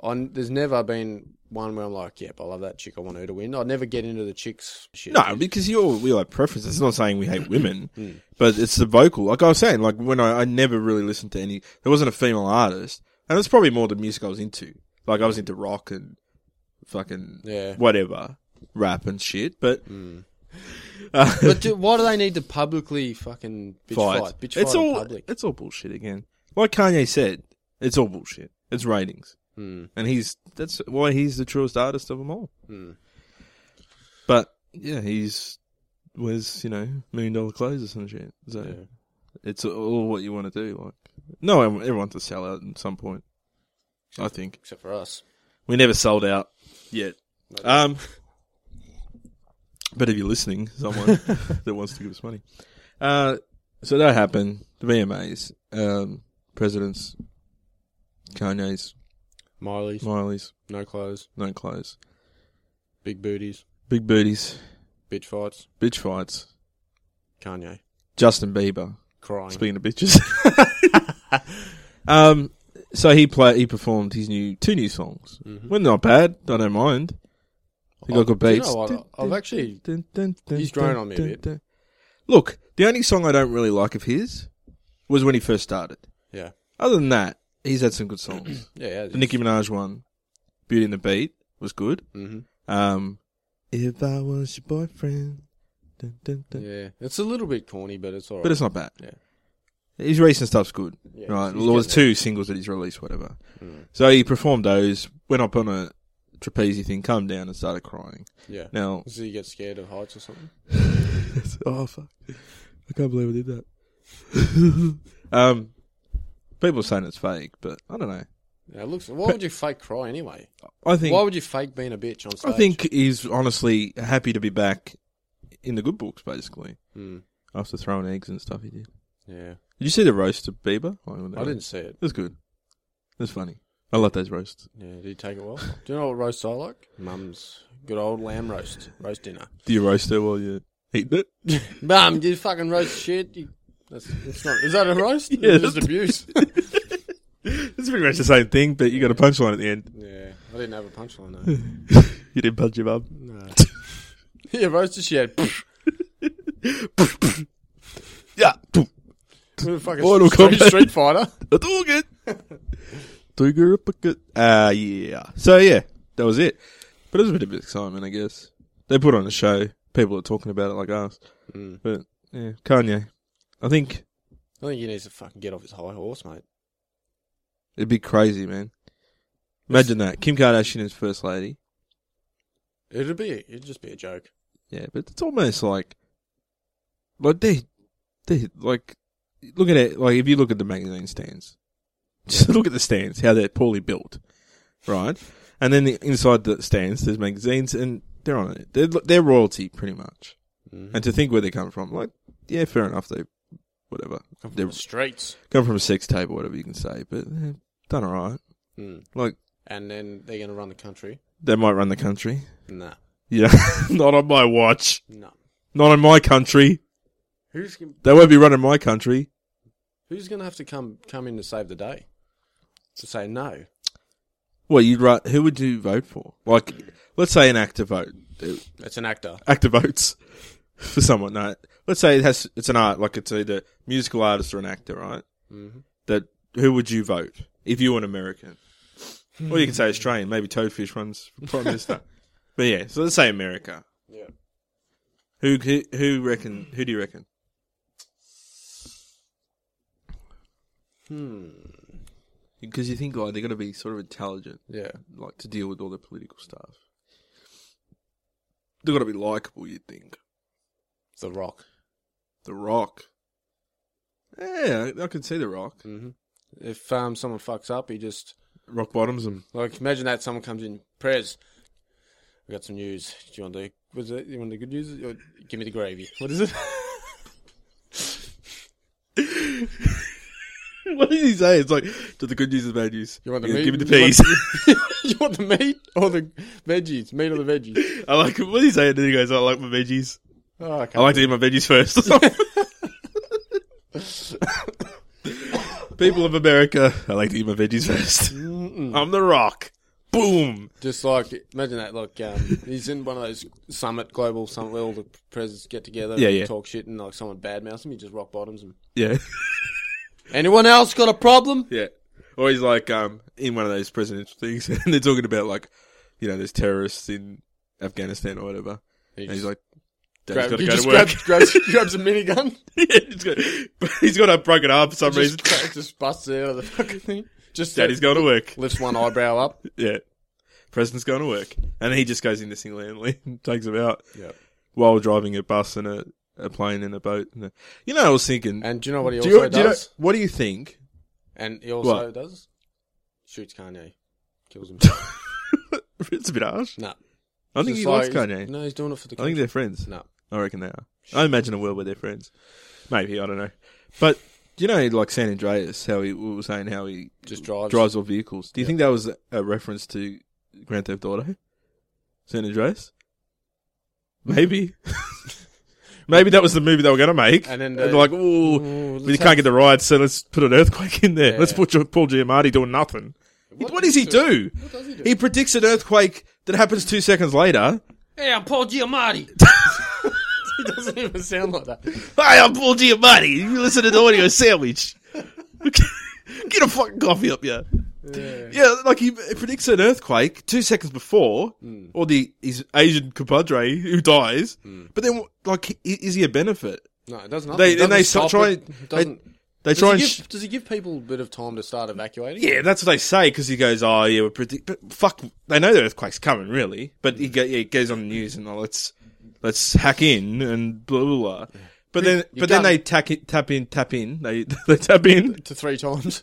on there's never been one where I'm like, yep, I love that chick. I want her to win. I never get into the chicks shit. Hmm. No, because you all we like preferences. It's not saying we hate women, but it's the vocal. Like I was saying, like when I, I never really listened to any, there wasn't a female artist, and it's probably more the music I was into. Like I was into rock and fucking Yeah. Hmm. whatever, rap and shit. But But do, why do they need to publicly fucking bitch fight? Bitch it's fight in all public. it's all bullshit again. Like Kanye said, it's all bullshit. It's ratings. Hmm. and he's that's why he's the truest artist of them all. Hmm. But yeah, he's wears you know million dollar clothes or some shit. So it's all what you want to do. Like no, one- everyone's a sellout at some point. I think Except for us. we never sold out yet. Um, but if you're listening, someone that wants to give us money, uh, so that happened. The VMAs, um, presidents, Kanye's, Miley's, Miley's, no clothes, no clothes, big booties, big booties, bitch fights, bitch fights, Kanye Justin Bieber. crying. Speaking of bitches, um, so he play he performed his new two new songs. Well, not bad. I don't mind. He got good Mm-hmm. Do you beats. know what? I've actually- Dun, dun, dun, He's grown dun, on me a dun, bit. dun. Look, the only song I don't really like of his was when he first started. Yeah, Other than that, he's had some good songs. yeah, yeah. the Nicki Minaj one, Beauty and the Beat, was good. Mhm. Um, if I was your boyfriend, dun, dun, dun. Yeah, it's a little bit corny, but it's alright. but it's not bad. Yeah. His recent stuff's good, Yeah, right? he's- he's Well, there's getting Mm. two singles that he's released, whatever. So he performed those, went up on a trapeze thing, calmed down, and started crying. yeah. Now, Does he get scared of heights or something? oh fuck! I can't believe I did that. um, people are saying it's fake, but I don't know. Yeah, it looks. Why would you fake cry anyway? I think Why would you fake being a bitch on I stage? think he's honestly happy to be back in the good books, basically. Hmm. After throwing eggs and stuff, he did. Yeah, Did you see the roast of Bieber? I didn't see it. It was good. It was funny. I love those roasts. Yeah, did you take it well? Do you know what roast I like? Mum's good old lamb roast, roast dinner. Do you roast it while you're eating it? Mum, you fucking roast shit. You, that's it's not. Is that a roast? Yeah. it's just abuse. It's pretty much the same thing, but you got a punchline at the end. yeah, I didn't have a punchline though. You didn't punch your mum. No. yeah, roasted shit. Yeah. With a fucking Mortal street, Kombat. street Fighter. That's all good. Digger up a good. Ah, yeah. So, yeah, that was it. But it was a bit of excitement, I guess. They put on a show. People are talking about it like us. But, yeah, Kanye. I think Hmm. I think he needs to fucking get off his high horse, mate. it'd be crazy, man. Imagine that. Kim Kardashian is first lady. It'd be it'd just be a joke. Yeah, but it's almost like, like they, they like, look at it. Like if you look at the magazine stands, just look at the stands, how they're poorly built, right? And then the, inside the stands, there's magazines, and they're on it. They're they're royalty pretty much. Hmm. And to think where they come from, like, yeah, fair enough. They, whatever, they The streets. come from a sex tape or whatever you can say, but they've done all right. Mm. Like And then they're gonna run the country. they might run the country. Nah. Yeah, not on my watch. No. Not on my country. Who's gon- They won't be running my country. who's gonna have to come come in to save the day? To say no. Well, you'd write. Who would you vote for? Like, let's say an actor vote, It's an actor. actor votes for someone. No, let's say it has. It's an art, like it's either musical artist or an actor, right? That who would you vote if you were an American? Or you could say Australian. Maybe Toadfish runs for prime minister. but yeah, so let's say America. Yeah. Who who, who reckon? Who do you reckon? Hmm. Because you think like they're going to be sort of intelligent Yeah. like to deal with all the political stuff. They've got to be likable, you'd think. The Rock. The Rock. Yeah, I can see The Rock. If um someone fucks up, he just Mm. Rock bottoms them. like imagine that someone comes in. Prez, we got some news. Do you want the was it? You want the good news? Or give me the gravy. What is it? what did he say? It's like, do the good news is bad news. You want the Yeah, meat? Give me the You want- peas. you want the meat or the veggies? Meat or the veggies? I like what did he say? And then he goes, I like my veggies. Oh, okay. I like to eat my veggies first. or something. People of America, I like to eat my veggies 1st i I'm The Rock. Boom. Just like imagine that, like um, he's in one of those summit, global summit, where all the presidents get together, Yeah, and yeah. talk shit, and like someone badmouths him, he just rock bottoms him. Yeah. Anyone else got a problem? Yeah. Or he's like um in one of those presidential things and they're talking about like, you know, there's terrorists in Afghanistan or whatever. He And he's just like Dad's grab- gotta he go just to work. grabs, grabs, grabs a minigun, yeah, he's got, he's got a broken arm for some reason. just, cra- just busts it out of the fucking thing. Just uh, Daddy's going to work. lifts one eyebrow up. Yeah. President's going to work. And he just goes into single-handedly and takes him out Yeah. while driving a bus and a, a plane and a boat. And a, you know, I was thinking, And do you know what he do also you- do you know- does? what do you think? and he also What? does shoots Kanye, kills himself. it's a bit harsh. no, I think he Just likes like- Kanye. No, he's doing it for the. I think country. they're friends. no. I reckon they are. I imagine a world where they're friends. Maybe I don't know, but you know, like San Andreas, how he we were saying how he Just drives. drives all vehicles. Do you think that was a reference to Grand Theft Auto, San Andreas? Maybe, maybe that was the movie they were going to make, And then they're they- like, "Ooh, Ooh, we let's can't have- get the rides, so let's put an earthquake in there. Let's Yeah. put Ju- Paul Giamatti doing nothing." What, What does he do? What does he do? He predicts an earthquake that happens two seconds later. Hey, I'm Paul Giamatti. he doesn't even sound like that. Hi, I'm Paul Giamatti. You listen to the audio sandwich. Get a fucking coffee up here. Yeah, like he predicts an earthquake two seconds before, Hmm. or the his Asian compadre who dies. But then, like, i- is he a benefit? No, it doesn't. They it then doesn't they so- stop try. it. It they, doesn't. they does, try he and give, sh- does he give people a bit of time to start evacuating? yeah, that's what they say because he goes, "Oh yeah, we're predict." But fuck, they know the earthquake's coming, really. But he, go, yeah, he goes on the news and oh, let's let's hack in and blah blah. blah. But then, but done. then they tack it, tap in, tap in. They they tap in. to three times.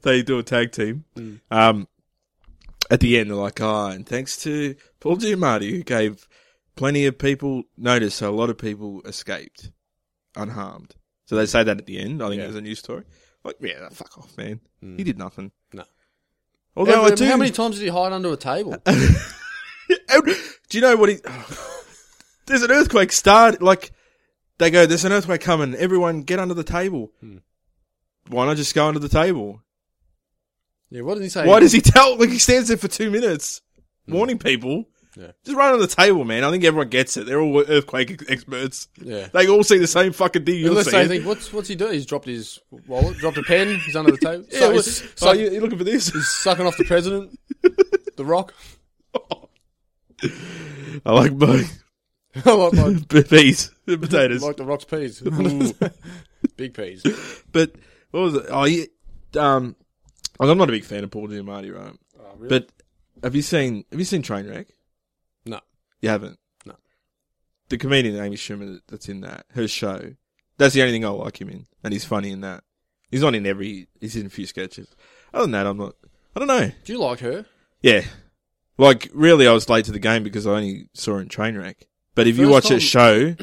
they do a tag team. Um, at the end, they're like, "Ah, and thanks to Paul Giamatti, who gave plenty of people notice, so a lot of people escaped unharmed." So they say that at the end. I think Yeah. it was a news story. Like, yeah, fuck off, man. He did nothing. No. Although how, I do. how many times did he hide under a table? do you know what he? there's an earthquake. Start like they go. There's an earthquake coming. Everyone get under the table. Why not just go under the table? yeah, what did he say? Why does he tell? Like he stands there for two minutes, warning people. Yeah. Just right on the table, man. I think everyone gets it. They're all earthquake ex- experts. Yeah. They all see the same fucking thing. You'll Unless see. they it. think, what's what's he doing? He's dropped his wallet, dropped a pen. He's under the table. yeah, so well, he's, so you, you're looking for this? he's sucking off the president, the Rock. I like both I like, like, peas and potatoes. like the Rock's peas, big peas. but what was it? Oh, yeah, um, like, I'm not a big fan of Paul Giamatti, right? Oh, But have you seen have you seen Trainwreck? No, You haven't. No. The comedian Amy Schumer that's in that her show. That's the only thing I like him in, and he's funny in that. He's not in every. He's in a few sketches. Other than that, I'm not. I don't know. do you like her? Yeah, like really, I was late to the game because I only saw her in Trainwreck. But if you First watch time- her show,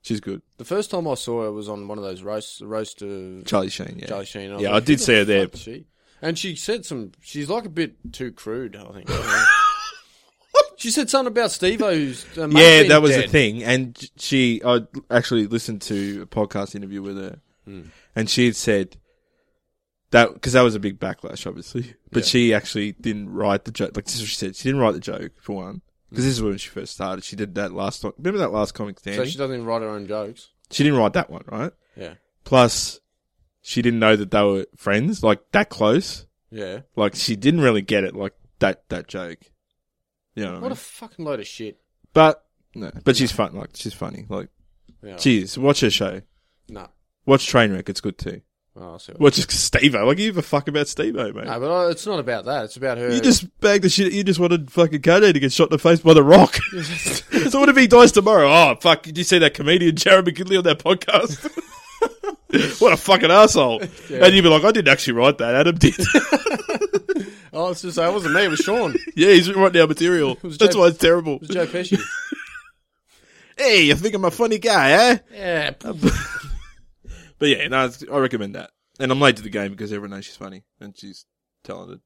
she's good. The first time I saw her was on one of those roasts, the roast of Charlie Sheen. Yeah, Charlie Sheen. was Yeah, like, I who did the see her there. fuck's She and she said some. She's like a bit too crude. I think. she said something about Steve O's. Uh, mate yeah, being that was the dead. thing. And she, I actually listened to a podcast interview with her, Hmm. and she had said that because that was a big backlash, obviously. But Yeah. she actually didn't write the joke. Like this is what she said, she didn't write the joke for one, because this is when she first started. She did that last. time. Remember that last comic So standing? she she, doesn't even write her own jokes. didn't write that one, right? Yeah, Plus, she didn't know that they were friends, like that close. yeah. Like she didn't really get it, like that that joke. You know what, I What a mean? fucking load of shit. but no, but she's fun. Like she's funny. Like. Yeah. Jeez, watch her show. No. Watch Trainwreck, it's good too. Oh, I see what- Watch Steve O. Like, you give a fuck about Steve O, mate. no, but uh, it's not about that. It's about her. you just bagged the shit. You just wanted fucking Kanye to get shot in the face by The Rock. so, what if he dies tomorrow? Oh, fuck. Did you see that comedian Jeremy Goodley on that podcast? what a fucking asshole. And you'd be like, I didn't actually write that. Adam did. oh, it's just it wasn't me. It was Sean. It yeah, he's writing our material. was That's Jay- why it's terrible. was Joe Pesci. hey, you think I'm a funny guy, eh? yeah. But yeah, no, it's- I recommend that. And I'm late to the game because everyone knows she's funny and she's talented.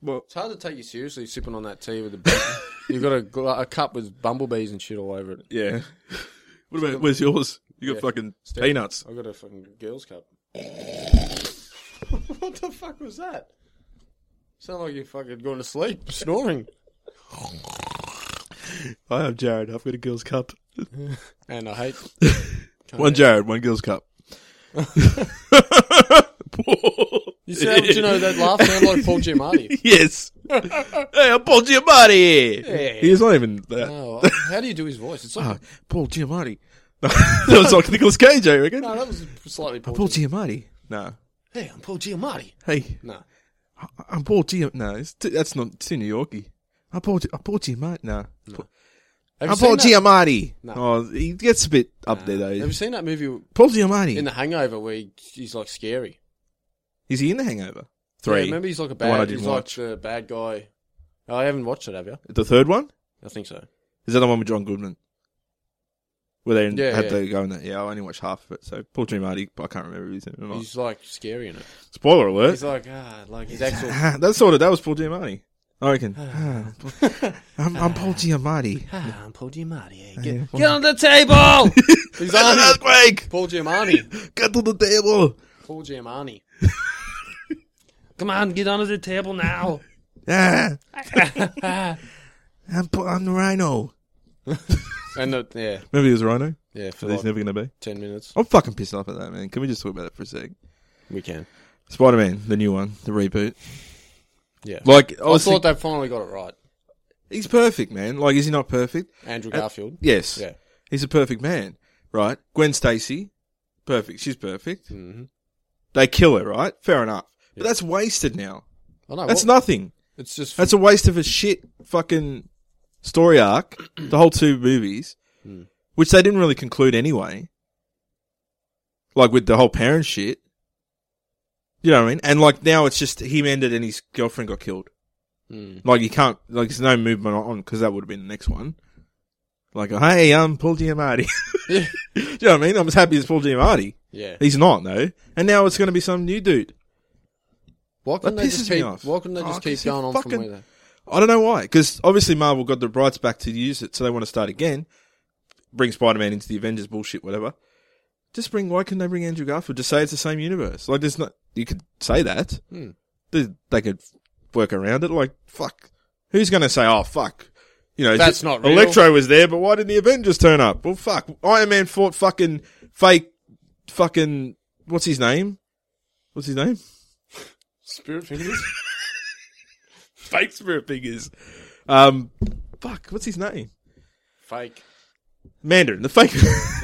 Well, It's hard to take you seriously sipping on that tea with a. You've got a, gla- a cup with bumblebees and shit all over it. Yeah. What about where's yours? You got Yeah. fucking Step- peanuts. I got a fucking girls' cup. what the fuck was that? Sound like you're fucking going to sleep, snoring. I am Jared. I've got a girl's cup. And I hate. One Jared, one girl's cup. You sound, you know, that laugh sound like Paul Giamatti. yes. hey, I'm Paul Giamatti. Yeah. He's not even that. No, Oh, how do you do his voice? It's like. Oh, Paul Giamatti. that was like Nicolas Cage, I reckon. No, that was slightly Paul. Paul Giamatti. Giamatti. No. Hey, I'm Paul Giamatti. Hey, No. I- I'm Paul Giamatti. No, it's t- that's not too New Yorkie. I'm Paul, Gi- I'm Paul Giamatti. No. Have you I'm Paul seen that- Giamatti. No. Oh, he gets a bit up there, though. Have you seen that movie Paul Giamatti. in The Hangover where he- he's like scary? Is he in The Hangover? Yeah, Three. remember he's like a The one I bad. didn't He's watch. like the bad guy. Oh, I haven't watched it, have you? the third one? I think so. Is that the one with John Goodman? Where they Yeah, had yeah. to go in that. Yeah, I only watched half of it. So Paul Giamatti, I can't remember if he's in it or not. He's like scary in it. Spoiler alert. He's like ah, like his actual. that sort of that was Paul Giamatti. I reckon. I'm, I'm Paul Giamatti. ah, I'm Paul Giamatti. eh? yeah. Get, get on the table. he's An on it. earthquake! Paul Giamatti. Get to the table. Paul Giamatti. Come on, get onto the table now. Ah. I'm, Paul- I'm the Rhino. And the, yeah, Maybe it was Rhino. yeah, for But he's like never gonna be. ten minutes I'm fucking pissed off at that man. Can we just talk about it for a sec? we can. Spider Man, the new one, the reboot. Yeah, Like I, I was thought thought they finally got it right. he's perfect, man. Like is he not perfect? Andrew Garfield. Yes. Yeah. He's a perfect man, right? Gwen Stacy, perfect. She's perfect. Mm-hmm. They kill her, right? Fair enough. But that's wasted now. I know. That's Ah, well, nothing. It's just. That's a waste of a shit fucking story arc. The whole two movies, which they didn't really conclude anyway. Like with the whole parent shit. You know what I mean? And like now it's just him ended and his girlfriend got killed. Mm. Like you can't, like there's no movement on because that would have been the next one. Like, oh, hey, I'm Paul Giamatti. Yeah. Do you know what I mean? I'm as happy as Paul Giamatti. yeah. He's not though. And now it's going to be some new dude. Why couldn't That they just pisses me keep? off. Why couldn't they just Oh, keep 'cause he going on fucking- from where they? I don't know why, because obviously Marvel got the rights back to use it, so they want to start again. Bring Spider Man into the Avengers bullshit, whatever. Just bring. Why couldn't they bring Andrew Garfield? Just say it's the same universe. Like, there's not. You could say that. Hmm. They, they could work around it. Like, fuck. Who's going to say, oh fuck? You know, That's ju- not real. Electro was there, but why didn't the Avengers turn up? Well, fuck. Iron Man fought fucking fake, fucking what's his name? What's his name? Spirit fingers. Fake Spirit Fingers. Um, fuck. What's his name? Fake. Mandarin, the fake,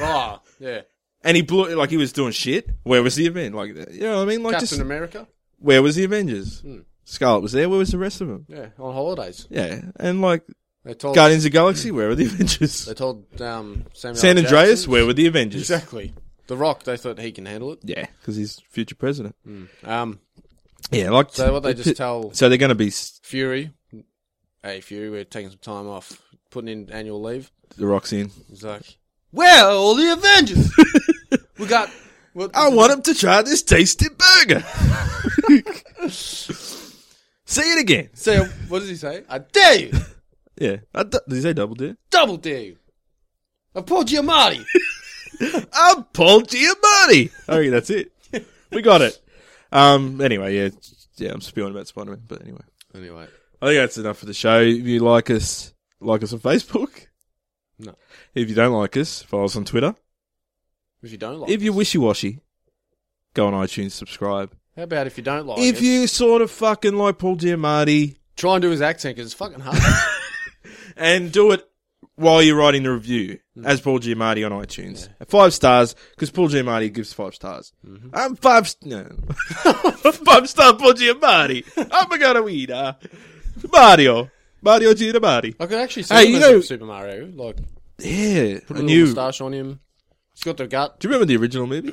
Ah, yeah. and he blew like he was doing shit. Where was the event? Like, you know what I mean? Like, Captain just America. where was the Avengers? Scarlet was there. Where was the rest of them? Yeah, Oh. on holidays. Yeah, and like They told. Guardians of the Galaxy, where were the Avengers? They told um, Samuel. San L. Andreas, Jackson- where were the Avengers? Exactly. The Rock. They thought he can handle it. Yeah, because he's future president. Um. Yeah, like So what they just tell So they're going to be s- Fury. Hey Fury, we're taking some time off, putting in annual leave. the rocks in. He's like, "Where are all the Avengers? we got." Well, I want him to try this tasty burger. Say it again. Say, what does he say? I dare you, Yeah, I d- did he say double dare? double dare you. I Paul Giamatti. I'm Paul Giamatti. I reckon that's it. We got it. Um. Anyway, yeah, yeah. I'm spewing about Spider Man, but anyway, anyway, I think that's enough for the show. If you like us, like us on Facebook. No. If you don't like us, follow us on Twitter. if you don't like, If you're wishy washy, go on iTunes, subscribe. how about if you don't like, if it, you sort of fucking like Paul Giamatti, try and do his accent because it's fucking hard. and do it while you're writing the review Mm. as Paul Giamatti on iTunes. Five stars because Paul Giamatti gives five stars. Mm-hmm. I'm five. st- No, five star Paul Giamatti. I'm a gonna eat, uh, Mario. Mario Giamatti. I could actually see Hey, him you as know- a Super Mario, like Yeah, put I a knew- new moustache on him. He's got the gut. Do you remember the original movie?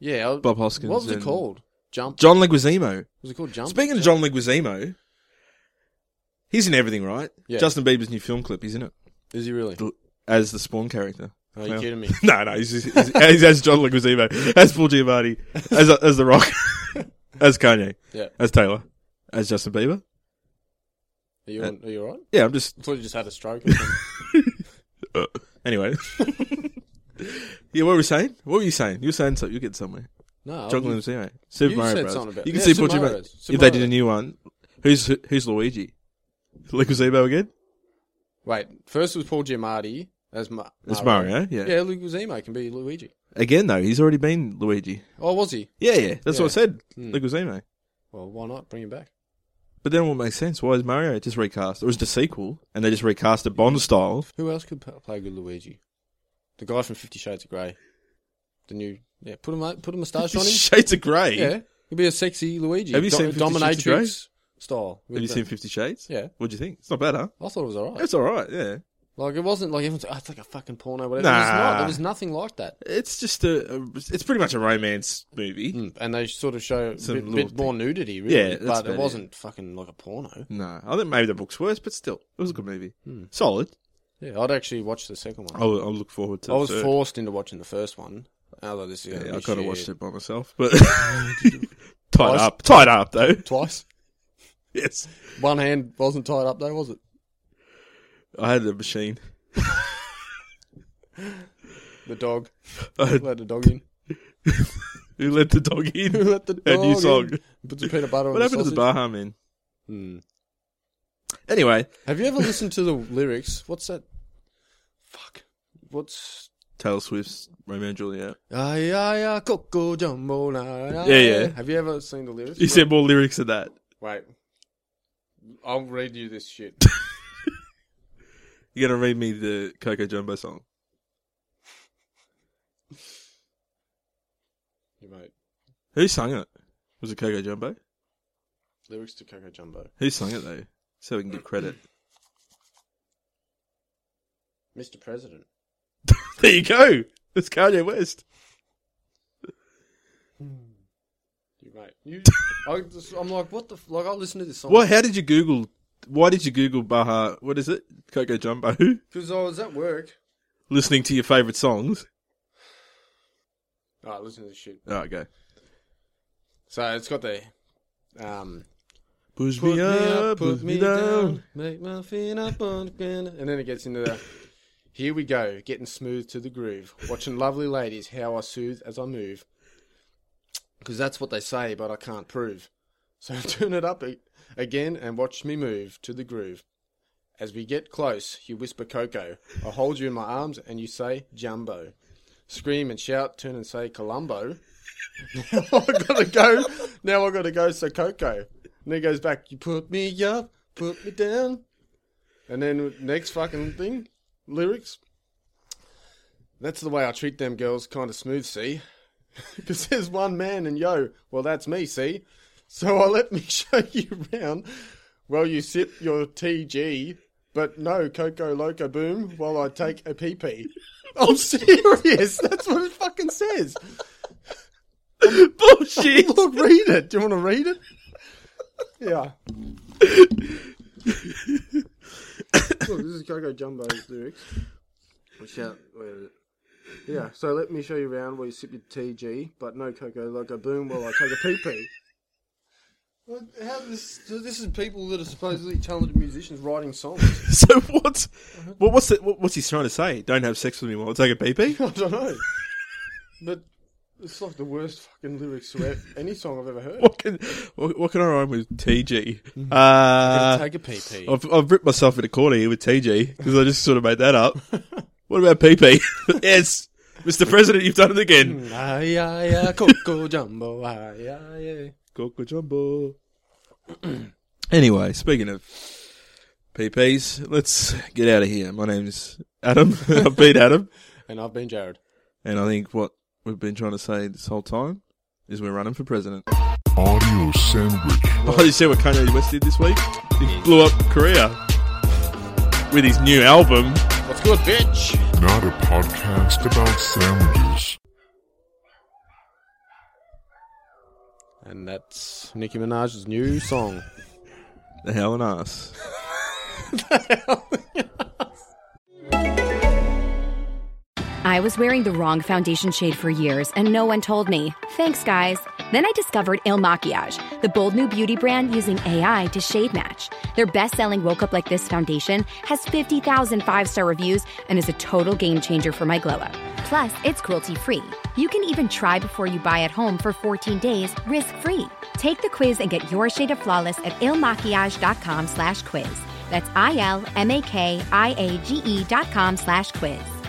Yeah, I- Bob Hoskins. What was it and- called? Jump. John Leguizamo. Was it called Jump? Speaking of John Leguizamo, he's in everything, right? Yeah. Justin Bieber's new film clip, isn't it? Is he really? As the Spawn character. Are Oh, you Well. kidding me? no, no, he's, he's, he's as John Leguizamo, as Paul Giamatti, as as The Rock, as Kanye, Yeah. as Taylor, as Justin Bieber. Are you, on- are you all right? Yeah, I'm just uh, I thought you just had a stroke. or something. anyway. yeah, what were we saying? What were you saying? You were saying something. You get somewhere. no. I John was- Leguizamo, Super you Mario said Bros. something about- you can yeah, see Super Paul Giamatti. Mario Bros. Super If they did a Mario. new one, who's who's Luigi? Leguizamo again? Wait, first was Paul Giamatti as Ma- It's Mario. Mario. Yeah. Yeah, Leguizamo can be Luigi. Again though, he's already been Luigi. Oh, was he? Yeah, yeah. That's Yeah. what I said. Hmm. Leguizamo. Well, why not bring him back? But then what makes sense? Why is Mario just recast? It was the sequel, and they just recast it Bond style. Who else could p- play good Luigi? The guy from Fifty Shades of Grey. The new yeah, put him put a moustache on him. Shades of Grey. Yeah, he'll be a sexy Luigi. Have you seen Fifty Shades of Grey? dominatrix style? with Have you the- seen Fifty Shades? Yeah. What'd you think? It's not bad, huh? I thought it was alright. It's all right. Yeah. Like it wasn't like everyone's oh, it's like a fucking porno. Whatever. It was not. Nah. There was nothing like that. It's just a, a- It's pretty much a romance movie. And they sort of show a Mm. Some bit, little bit more nudity, really. Yeah, that's but about it it. wasn't fucking like a porno. No, I think maybe the book's worse, but still, it was a good movie. Mm. Solid. Yeah, I'd actually watch the second one. I'll, I'll look forward to. I was the third. forced into watching the first one. I was like, this is Yeah, gonna I be could have shit. watched it by myself, but tied Twice? up, tied up though. twice. Yes, One hand wasn't tied up though, was it? I had the machine. The dog. I had- Let the dog in. who let the dog in? Let the Her dog new song. in. Put some peanut butter on What the happened to sausage. the Baha Man? Hmm. Anyway, Have you ever listened to the lyrics? What's that? Fuck. What's Taylor Swift's Romeo and Juliet. Ay ay ay Coco Jumbo na, na, Yeah, yeah. Have you ever seen the lyrics? You said more lyrics than that. Wait. I'll read you this shit. You're gonna read me the Coco Jumbo song. you mate. Who sung it? Was it Coco Jumbo? Lyrics to Coco Jumbo. Who sung it though? So we can get credit. Mr. President. there you go. It's Kanye West. You mate. You, I just, I'm like, what the f- like? I'll listen to this song. What? How did you Google? Why did you Google Baha? What is it? Coco Jumbo. Because I was at work. Listening to your favorite songs. Ah, Alright, listen to this shit. All right, go. So it's got the um, Push put me up, put me down, make my feet up on the ground, and then it gets into the. Here we go, getting smooth to the groove, watching lovely ladies how I soothe as I move. Because that's what they say, but I can't prove. So turn it up a- again and watch me move to the groove. As we get close, you whisper Coco. I hold you in my arms and you say Jumbo. Scream and shout, turn and say Columbo. now I gotta go. Now I gotta go. So Coco. And he goes back. You put me up, put me down. And then next fucking thing, lyrics. That's the way I treat them girls, kind of smooth, see. Because there's one man and yo, well that's me, see. So I let me show you round. Well, you sip your TG, but no Coco Loco Boom while I take a pee pee. I'm serious. That's what it fucking says. Bullshit. Look, read it. Do you want to read it? Yeah. Look, Oh, this is Coco Jumbo's lyrics. Which out, where is it? Yeah, so let me show you around where you sip your TG, but no Coco Loco Boom while I take a pee pee. Well, how this, so this is people that are supposedly talented musicians writing songs. so what's what, what's the, what, what's he trying to say? Don't have sex with me while I take a pee pee. I don't know. But it's like the worst fucking lyrics to e- any song I've ever heard. What can what, what can I rhyme with TG? Uh, take a pee pee. I've, I've ripped myself in a corner here with TG because I just sort of made that up. What about pee pee? yes, Mr. President, you've done it again. Ay, ay, ay, Coco Jumbo, ay, ay, ay. Coco Jumbo. anyway, speaking of PPs, let's get out of here. My name's Adam. I've been Adam. And I've been Jared. And I think what we've been trying to say this whole time is we're running for president. Audio sandwich. Oh, did you see what Kanye West did this week? He blew up Korea with his new album. What's good, bitch? Not a podcast about sandwiches. And that's Nicki Minaj's new song. The hell and ass. I was wearing the wrong foundation shade for years, and no one told me. Thanks, guys. Then I discovered Il Makiage, the bold new beauty brand using AI to shade match. Their best selling Woke Up Like This foundation has 50,000 five star reviews and is a total game changer for my glow up. Plus, it's cruelty free. You can even try before you buy at home for 14 days risk free. Take the quiz and get your shade of flawless at ilmakiage.com slash quiz. That's I L M A K I A G E dot com slash quiz.